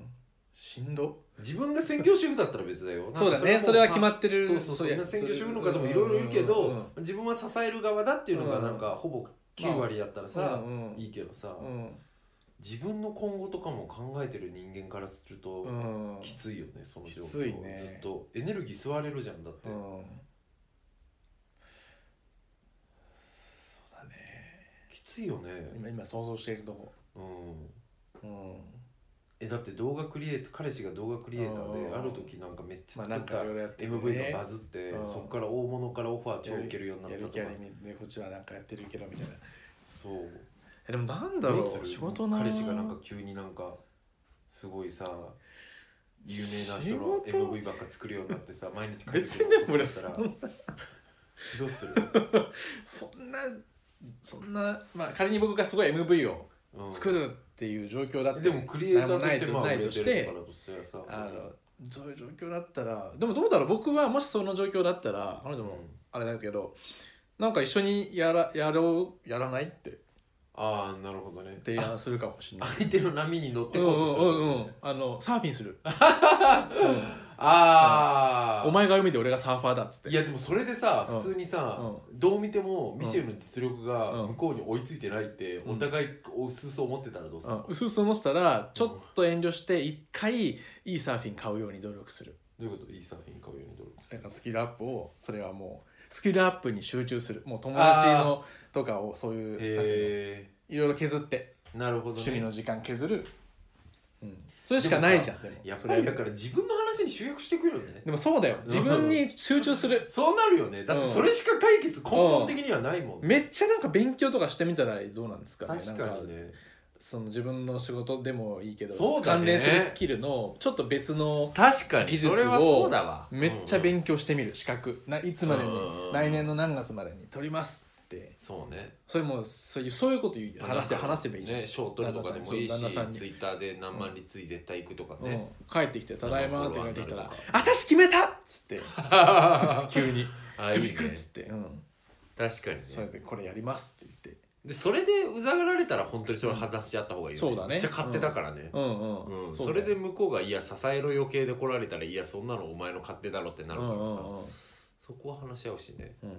Speaker 1: しんど
Speaker 2: 自分が専業主婦だったら別だよ
Speaker 1: そうだねそれは決ま
Speaker 2: って
Speaker 1: ってる
Speaker 2: そうそうそう
Speaker 1: や
Speaker 2: みんな専業主婦の方もいろいろいるけ
Speaker 1: うんうん
Speaker 2: ど自分は支える側だっていうのがなんかほぼ9割だったら
Speaker 1: う
Speaker 2: さ
Speaker 1: んうん
Speaker 2: いいけどさ、
Speaker 1: うん
Speaker 2: 自分の今後とかも考えてる人間からすると、
Speaker 1: うん
Speaker 2: きついよねその状況
Speaker 1: きついね
Speaker 2: ずっとエネルギー吸われるじゃんだって、
Speaker 1: うんそうだね
Speaker 2: きついよね
Speaker 1: 今今想像しているとこ
Speaker 2: うん
Speaker 1: うん
Speaker 2: えだって動画クリエイト彼氏が動画クリエイター
Speaker 1: う
Speaker 2: で
Speaker 1: ん
Speaker 2: ある時なんかめっちゃ
Speaker 1: まあ
Speaker 2: 作
Speaker 1: な
Speaker 2: っ
Speaker 1: んか
Speaker 2: た
Speaker 1: いろいろやってるね
Speaker 2: MV がバズって、
Speaker 1: うん
Speaker 2: そっから大物からオファー超受けるようになっ
Speaker 1: や
Speaker 2: た
Speaker 1: る
Speaker 2: と
Speaker 1: 気あ
Speaker 2: か
Speaker 1: りみでこっちはなんかやってるけどみたいな
Speaker 2: そう
Speaker 1: えでもなんだ
Speaker 2: どう
Speaker 1: ろ
Speaker 2: す
Speaker 1: う
Speaker 2: る
Speaker 1: 仕事な
Speaker 2: 彼氏がなんか急になんかすごいさ有名な人の
Speaker 1: 仕事
Speaker 2: MV ばっか作るようになってさ毎日彼
Speaker 1: 別
Speaker 2: 氏
Speaker 1: にでも俺
Speaker 2: た
Speaker 1: そ
Speaker 2: ら
Speaker 1: んな
Speaker 2: どうする、
Speaker 1: [LAUGHS] そんなそんなまあ仮に僕がすごい MV を
Speaker 2: うん
Speaker 1: 作るっていう状況だって、
Speaker 2: でもクリエイターとしてまあ
Speaker 1: ない
Speaker 2: 売
Speaker 1: と
Speaker 2: れ
Speaker 1: して
Speaker 2: るからとしてさ
Speaker 1: あのそういう状況だったらでもどうだろう僕はもしその状況だったらあの人も
Speaker 2: うん
Speaker 1: あれだけどなんか一緒にやらやろうやらないって
Speaker 2: ああなるほどね
Speaker 1: 提案するかもしれ
Speaker 2: [LAUGHS]
Speaker 1: ない。
Speaker 2: 相手の波に乗って
Speaker 1: う
Speaker 2: こ
Speaker 1: ん
Speaker 2: う
Speaker 1: う
Speaker 2: と
Speaker 1: ん
Speaker 2: す
Speaker 1: う
Speaker 2: る、
Speaker 1: んうん、あのサーフィン
Speaker 2: [LAUGHS]
Speaker 1: する、う
Speaker 2: ああ
Speaker 1: ん、お前が海で俺がサーファーだっつって
Speaker 2: いやでもそれでさ
Speaker 1: うん
Speaker 2: 普通にさ、どう見てもミシェルの実力が
Speaker 1: うん
Speaker 2: 向こうに追いついてないって、
Speaker 1: うん
Speaker 2: お互いおすす思ってたらどうす
Speaker 1: う
Speaker 2: る、
Speaker 1: ん、うすうす思ってたらちょっと遠慮して一回いいサーフィン買うように努力する
Speaker 2: どういうこといいサーフィン買うように努力す
Speaker 1: なん
Speaker 2: る
Speaker 1: かスキルアップをそれはもうスキルアップに集中するもう友達のとかをそういうなんていう
Speaker 2: へ
Speaker 1: のいろいろ削って
Speaker 2: えなるほど、ね、
Speaker 1: 趣味の時間削る、うん、それしかないじゃんでも
Speaker 2: やっ
Speaker 1: そ
Speaker 2: ぱ
Speaker 1: れ
Speaker 2: りだから自分の話に集約していくよね
Speaker 1: でもそうだよ自分に集中する
Speaker 2: そうなるよねだってそれしか解決根本的にはないもん、
Speaker 1: めっちゃなんか勉強とかしてみたらどうなんですかね
Speaker 2: 確か
Speaker 1: なん
Speaker 2: にね
Speaker 1: その自分の仕事でもいいけど、
Speaker 2: そうだね
Speaker 1: 関連するスキルのちょっと別の
Speaker 2: 確か
Speaker 1: 技術を
Speaker 2: わ
Speaker 1: めっちゃ
Speaker 2: 強、
Speaker 1: 勉強してみる資格ないつまでに
Speaker 2: うんうんうん
Speaker 1: 来年の何月までに取りますって
Speaker 2: そうね
Speaker 1: それもうそういうそういうこと言う話せ話せばいいじゃん、
Speaker 2: ねショートルとかでもいい
Speaker 1: 旦
Speaker 2: し
Speaker 1: 那さんに
Speaker 2: ツイッターで何万リツイ絶対行くとか
Speaker 1: うん
Speaker 2: ね、
Speaker 1: 帰ってきて「ただいま」って帰ってきた
Speaker 2: な
Speaker 1: ら
Speaker 2: るほ
Speaker 1: 「私決めた!」っつって急に「
Speaker 2: あいい
Speaker 1: 行
Speaker 2: ね
Speaker 1: く」っつって、うん、
Speaker 2: 確かに
Speaker 1: それ
Speaker 2: ね
Speaker 1: で「これやります」って言って
Speaker 2: でそれでうざがられたら本当にそれを外し合った方がいいよ、
Speaker 1: そうだね
Speaker 2: じゃあ勝手だからね、う
Speaker 1: う
Speaker 2: んん
Speaker 1: うん、
Speaker 2: そう
Speaker 1: だ
Speaker 2: れ
Speaker 1: よ
Speaker 2: で向こうが「いや支えろ余計で来られたらいやそんなのお前の勝手だろ」ってな
Speaker 1: うん
Speaker 2: る
Speaker 1: う
Speaker 2: からさ、
Speaker 1: んうん
Speaker 2: そこは話し合うしね
Speaker 1: うん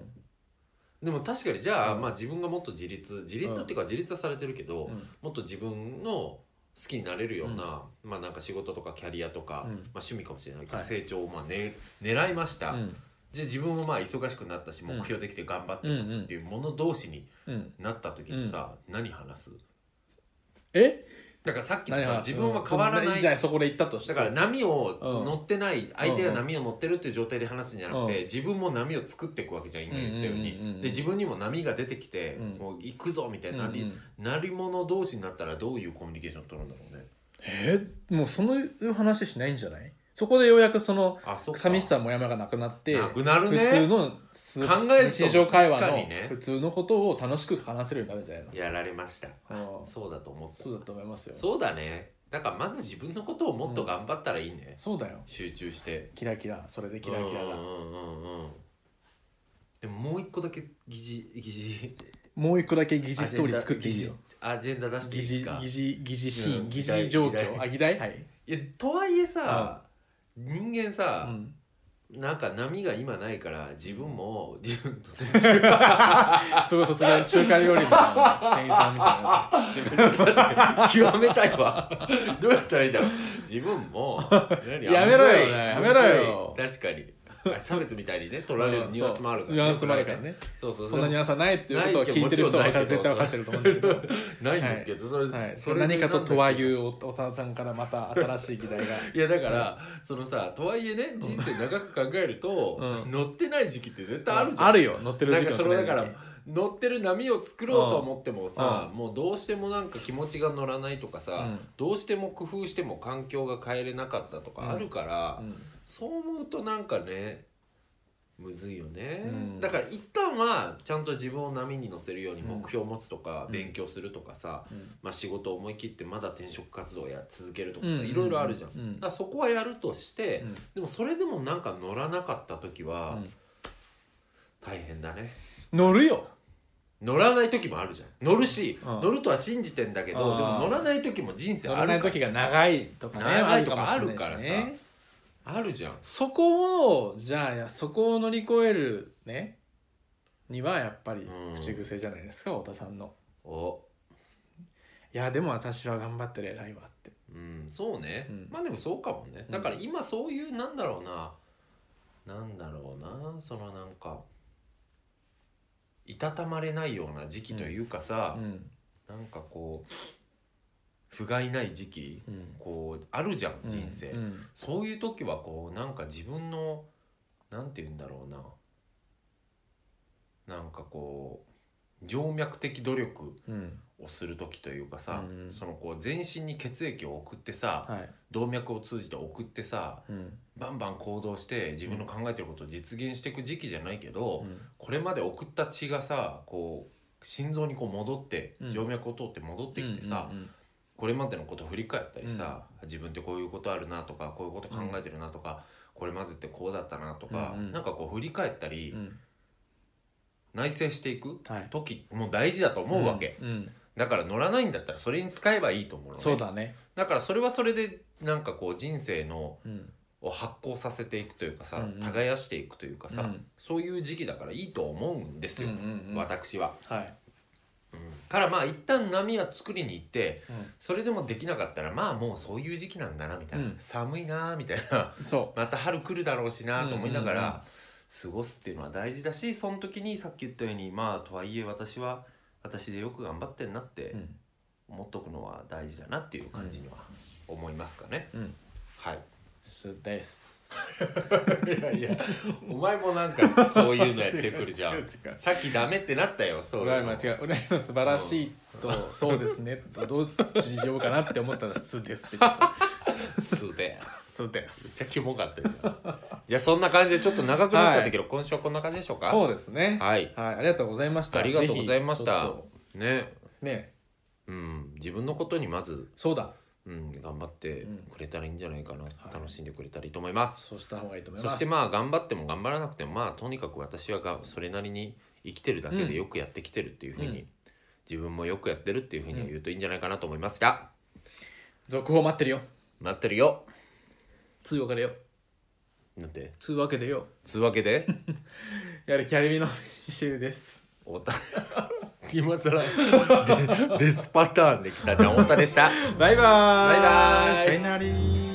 Speaker 2: でも確かにじゃあ,、
Speaker 1: うん
Speaker 2: まあ自分がもっと自立自立っていうか自立はされてるけど、
Speaker 1: うん
Speaker 2: もっと自分の好きになれるような、まあなんか仕事とかキャリアとか、
Speaker 1: うん
Speaker 2: まあ、趣味かもしれないけど、
Speaker 1: はい
Speaker 2: 成長をまあ、ね、狙いました、
Speaker 1: うん
Speaker 2: じゃあ自分もまあ忙しくなったし
Speaker 1: ん
Speaker 2: 目標できて頑張ってますっていうもの同士に
Speaker 1: うん
Speaker 2: なった時にさ、何話す
Speaker 1: え
Speaker 2: だからさっきの
Speaker 1: 何
Speaker 2: さ
Speaker 1: 話す
Speaker 2: 自分は変わら
Speaker 1: うんそん
Speaker 2: ない
Speaker 1: じゃあ
Speaker 2: だ
Speaker 1: そこで行ったとして
Speaker 2: から波を
Speaker 1: うん
Speaker 2: 乗ってない相手が波を乗ってるっていう状態で話すんじゃなく
Speaker 1: うん
Speaker 2: て自分も波を作っていくわけじゃん今言ったよう
Speaker 1: うんうんうんうん
Speaker 2: にで自分にも波が出てきて
Speaker 1: うん
Speaker 2: もう行くぞみたいなな
Speaker 1: うん
Speaker 2: り
Speaker 1: うん
Speaker 2: なりもの同士になったらどういうコミュニケーションを取るんだろうね
Speaker 1: えーもうその話しないんじゃないそこでようやくその
Speaker 2: あそっか
Speaker 1: 寂しさもやまがなくなって
Speaker 2: なくなる
Speaker 1: 普
Speaker 2: ね
Speaker 1: 通のす
Speaker 2: 考えると
Speaker 1: 日常会話
Speaker 2: 確か
Speaker 1: の
Speaker 2: にね
Speaker 1: 普通のことを楽しく話せるようになるんじゃないの
Speaker 2: やられました
Speaker 1: うん
Speaker 2: そうだと思った
Speaker 1: そうだと思いますよ
Speaker 2: そうだねだからまず自分のことをもっと頑張ったらいいね、
Speaker 1: そうだよ
Speaker 2: 集中して
Speaker 1: キラキラそれでキラキラだ
Speaker 2: うんうんうんうんでももう一個だけ疑似疑似
Speaker 1: もう一個だけ疑似ストーリー作っていいよ
Speaker 2: アジェンダアジェンダ出していいです
Speaker 1: 疑似
Speaker 2: か
Speaker 1: 疑似疑似シー
Speaker 2: うん
Speaker 1: ン疑似状
Speaker 2: 議題
Speaker 1: 況あ議題はい
Speaker 2: いやとはいえさ、人間さ、
Speaker 1: うん
Speaker 2: なんか波が今ないから自分も自分と全然
Speaker 1: [LAUGHS] すごいさすがに中華料理の店員さんみた
Speaker 2: 自分の極めたいわどうやったらいいんだろう自分も何
Speaker 1: [LAUGHS] やめろよ
Speaker 2: あむずい
Speaker 1: やめろよ
Speaker 2: むずい [LAUGHS] 確かにあ差別みたいにね取られるニュアンスもある
Speaker 1: い
Speaker 2: か
Speaker 1: な
Speaker 2: ら
Speaker 1: ニュアンスもあるから
Speaker 2: ね
Speaker 1: ね
Speaker 2: そうそう
Speaker 1: そんなニ
Speaker 2: ア
Speaker 1: ュ
Speaker 2: ン
Speaker 1: アンスはないっていうことを聞いてる人は絶対分かってると思うんですけ
Speaker 2: ス
Speaker 1: ど、
Speaker 2: [LAUGHS] ないんですけど、それ,、
Speaker 1: はい、
Speaker 2: それで
Speaker 1: 何かととはいううおお父さんからまた新しい議題が
Speaker 2: [LAUGHS] いやだから、そのさとはいえね人生長く考えると、
Speaker 1: うん
Speaker 2: 乗ってない時期って絶対あるじゃん
Speaker 1: [LAUGHS] あるよ乗ってる
Speaker 2: なん
Speaker 1: 時
Speaker 2: か
Speaker 1: 期
Speaker 2: そ
Speaker 1: 乗
Speaker 2: れ
Speaker 1: って
Speaker 2: だ
Speaker 1: ない
Speaker 2: から
Speaker 1: 時期
Speaker 2: 乗ってる波を作ろうと思ってもさ、もうどうしてもなんか気持ちが乗らないとかさ、
Speaker 1: うん
Speaker 2: どうしても工夫しても環境が変えれなかったとかあるから、
Speaker 1: うん
Speaker 2: そう思うとなんかねむずいよね、
Speaker 1: うん
Speaker 2: だから一旦はちゃんと自分を波に乗せるように
Speaker 1: うん
Speaker 2: 目標を持つとか、
Speaker 1: うん
Speaker 2: 勉強するとかさ、
Speaker 1: うん
Speaker 2: まあ、仕事を思い切ってまだ転職活動や続けるとか
Speaker 1: う
Speaker 2: さ、
Speaker 1: ん
Speaker 2: いろいろあるじゃん。
Speaker 1: う
Speaker 2: だからそこはやるとして、
Speaker 1: うん
Speaker 2: でもそれでもなんか乗らなかった時は
Speaker 1: うん
Speaker 2: 大変だね。
Speaker 1: 乗るよ
Speaker 2: 乗らない時もあるじゃん乗るし、
Speaker 1: うん
Speaker 2: 乗るとは信じてんだけどでも
Speaker 1: あー
Speaker 2: 乗らない時も人生
Speaker 1: 乗
Speaker 2: あ
Speaker 1: ら
Speaker 2: る
Speaker 1: ない
Speaker 2: から
Speaker 1: 時が長いとかね
Speaker 2: 長いとかある
Speaker 1: もし
Speaker 2: から
Speaker 1: れ
Speaker 2: さ
Speaker 1: ないしね
Speaker 2: あるじゃん
Speaker 1: そこをじゃあいやそこを乗り越えるねにはやっぱり
Speaker 2: うん
Speaker 1: 口癖じゃないですか、太田さんの
Speaker 2: お
Speaker 1: 「いやでも私は頑張ってる偉いわ」って
Speaker 2: うんそうね、
Speaker 1: うん
Speaker 2: まあでもそうかもね
Speaker 1: うん
Speaker 2: だから今そういうなんだろうな、なんだろうなそのなんかいたたまれないような時期というかさ
Speaker 1: う、ん
Speaker 2: なんかこう不甲斐ない時期
Speaker 1: うん
Speaker 2: こうあるじゃん人生、
Speaker 1: うん
Speaker 2: そういう時はこうなんか自分のなんて言うんだろうななんかこう静脈的努力
Speaker 1: うん
Speaker 2: をする時というかさ、
Speaker 1: うん
Speaker 2: そのこう全身に血液を送ってさ
Speaker 1: はい
Speaker 2: 動脈を通じて送ってさ
Speaker 1: うん
Speaker 2: バンバン行動して自分の考えてることを実現していく時期じゃないけど、
Speaker 1: うん
Speaker 2: これまで送った血がさこう心臓にこう戻って
Speaker 1: うん
Speaker 2: 静脈を通って戻ってきてさ、
Speaker 1: うん
Speaker 2: これまでのことを振り返ったりさ、自分ってこういうことあるなとかこういうこと考えてるなとか、これまでってこうだったなとか、
Speaker 1: うんうん
Speaker 2: なんかこう振り返ったり、
Speaker 1: うんうん
Speaker 2: 内省していく
Speaker 1: はい
Speaker 2: 時も大事だと思うわけ、
Speaker 1: うんうん
Speaker 2: だから乗らないんだったらそれに使えばいいと思うのね
Speaker 1: そうだね
Speaker 2: だからそれはそれでなんかこう人生の
Speaker 1: うん
Speaker 2: を発行させていくというかさ、
Speaker 1: うんうん
Speaker 2: 耕していくというかさ、
Speaker 1: うん
Speaker 2: そういう時期だからいいと思うんですよ、
Speaker 1: うんうんうん
Speaker 2: 私は、
Speaker 1: はい
Speaker 2: うんからまあ一旦波は作りに行って
Speaker 1: う
Speaker 2: それでもできなかったらまあもうそういう時期なんだなみたいな、
Speaker 1: うん
Speaker 2: 寒いなみたいな [LAUGHS]
Speaker 1: んそ
Speaker 2: また春来るだろうしなと思いなが
Speaker 1: うんうんうん
Speaker 2: ら過ごすっていうのは大事だしその時にさっき言ったようにまあとはいえ私は私でよく頑張ってんなっ
Speaker 1: う
Speaker 2: て
Speaker 1: うん
Speaker 2: 思っとくのは大事だなっていう感じには思いますかね。
Speaker 1: うん
Speaker 2: はい、
Speaker 1: そうです
Speaker 2: [LAUGHS] いやいやお前もなんかそういうのやってくるじゃ
Speaker 1: [LAUGHS] 違
Speaker 2: ん
Speaker 1: う違う。違う
Speaker 2: さっきダメってなったよそう
Speaker 1: 俺は今違う俺は今素晴らしいとそうですねとどっちにしようかなって思ったら「す」ですって言った
Speaker 2: 素で
Speaker 1: 「す」で
Speaker 2: めっ
Speaker 1: す
Speaker 2: ちゃキモかったよ今じゃあそんな感じでちょっと長くなっちゃったけど、今週はこんな感じでしょうか
Speaker 1: そうですね
Speaker 2: はい
Speaker 1: はいありがとうございました
Speaker 2: ありがとうございました
Speaker 1: ぜひちょっ
Speaker 2: ね
Speaker 1: とね
Speaker 2: うん自分のことにまず、
Speaker 1: そうだ
Speaker 2: うん、頑張って
Speaker 1: うん
Speaker 2: くれたらいいんじゃないかな、
Speaker 1: い
Speaker 2: 楽しんでくれたらいいと思います
Speaker 1: そうした方がいいと思い
Speaker 2: そ
Speaker 1: ます
Speaker 2: してまあ頑張っても頑張らなくてもまあとにかく私はがそれなりに生きてるだけ
Speaker 1: うん
Speaker 2: でよくやってきてるっていうふうに、
Speaker 1: うん
Speaker 2: 自分もよくやってるっていうふうには言うといいんじゃないかなと思いますが、
Speaker 1: 続報待ってるよ
Speaker 2: 待ってるよ
Speaker 1: つうわけでよ
Speaker 2: なんて
Speaker 1: つうわけでよ
Speaker 2: つうわけで
Speaker 1: やれキャリビのシルです
Speaker 2: おた今更デデスパターンできたじゃん太田でした
Speaker 1: バイバー
Speaker 2: バ
Speaker 1: イ
Speaker 2: イバーイ
Speaker 1: さよなら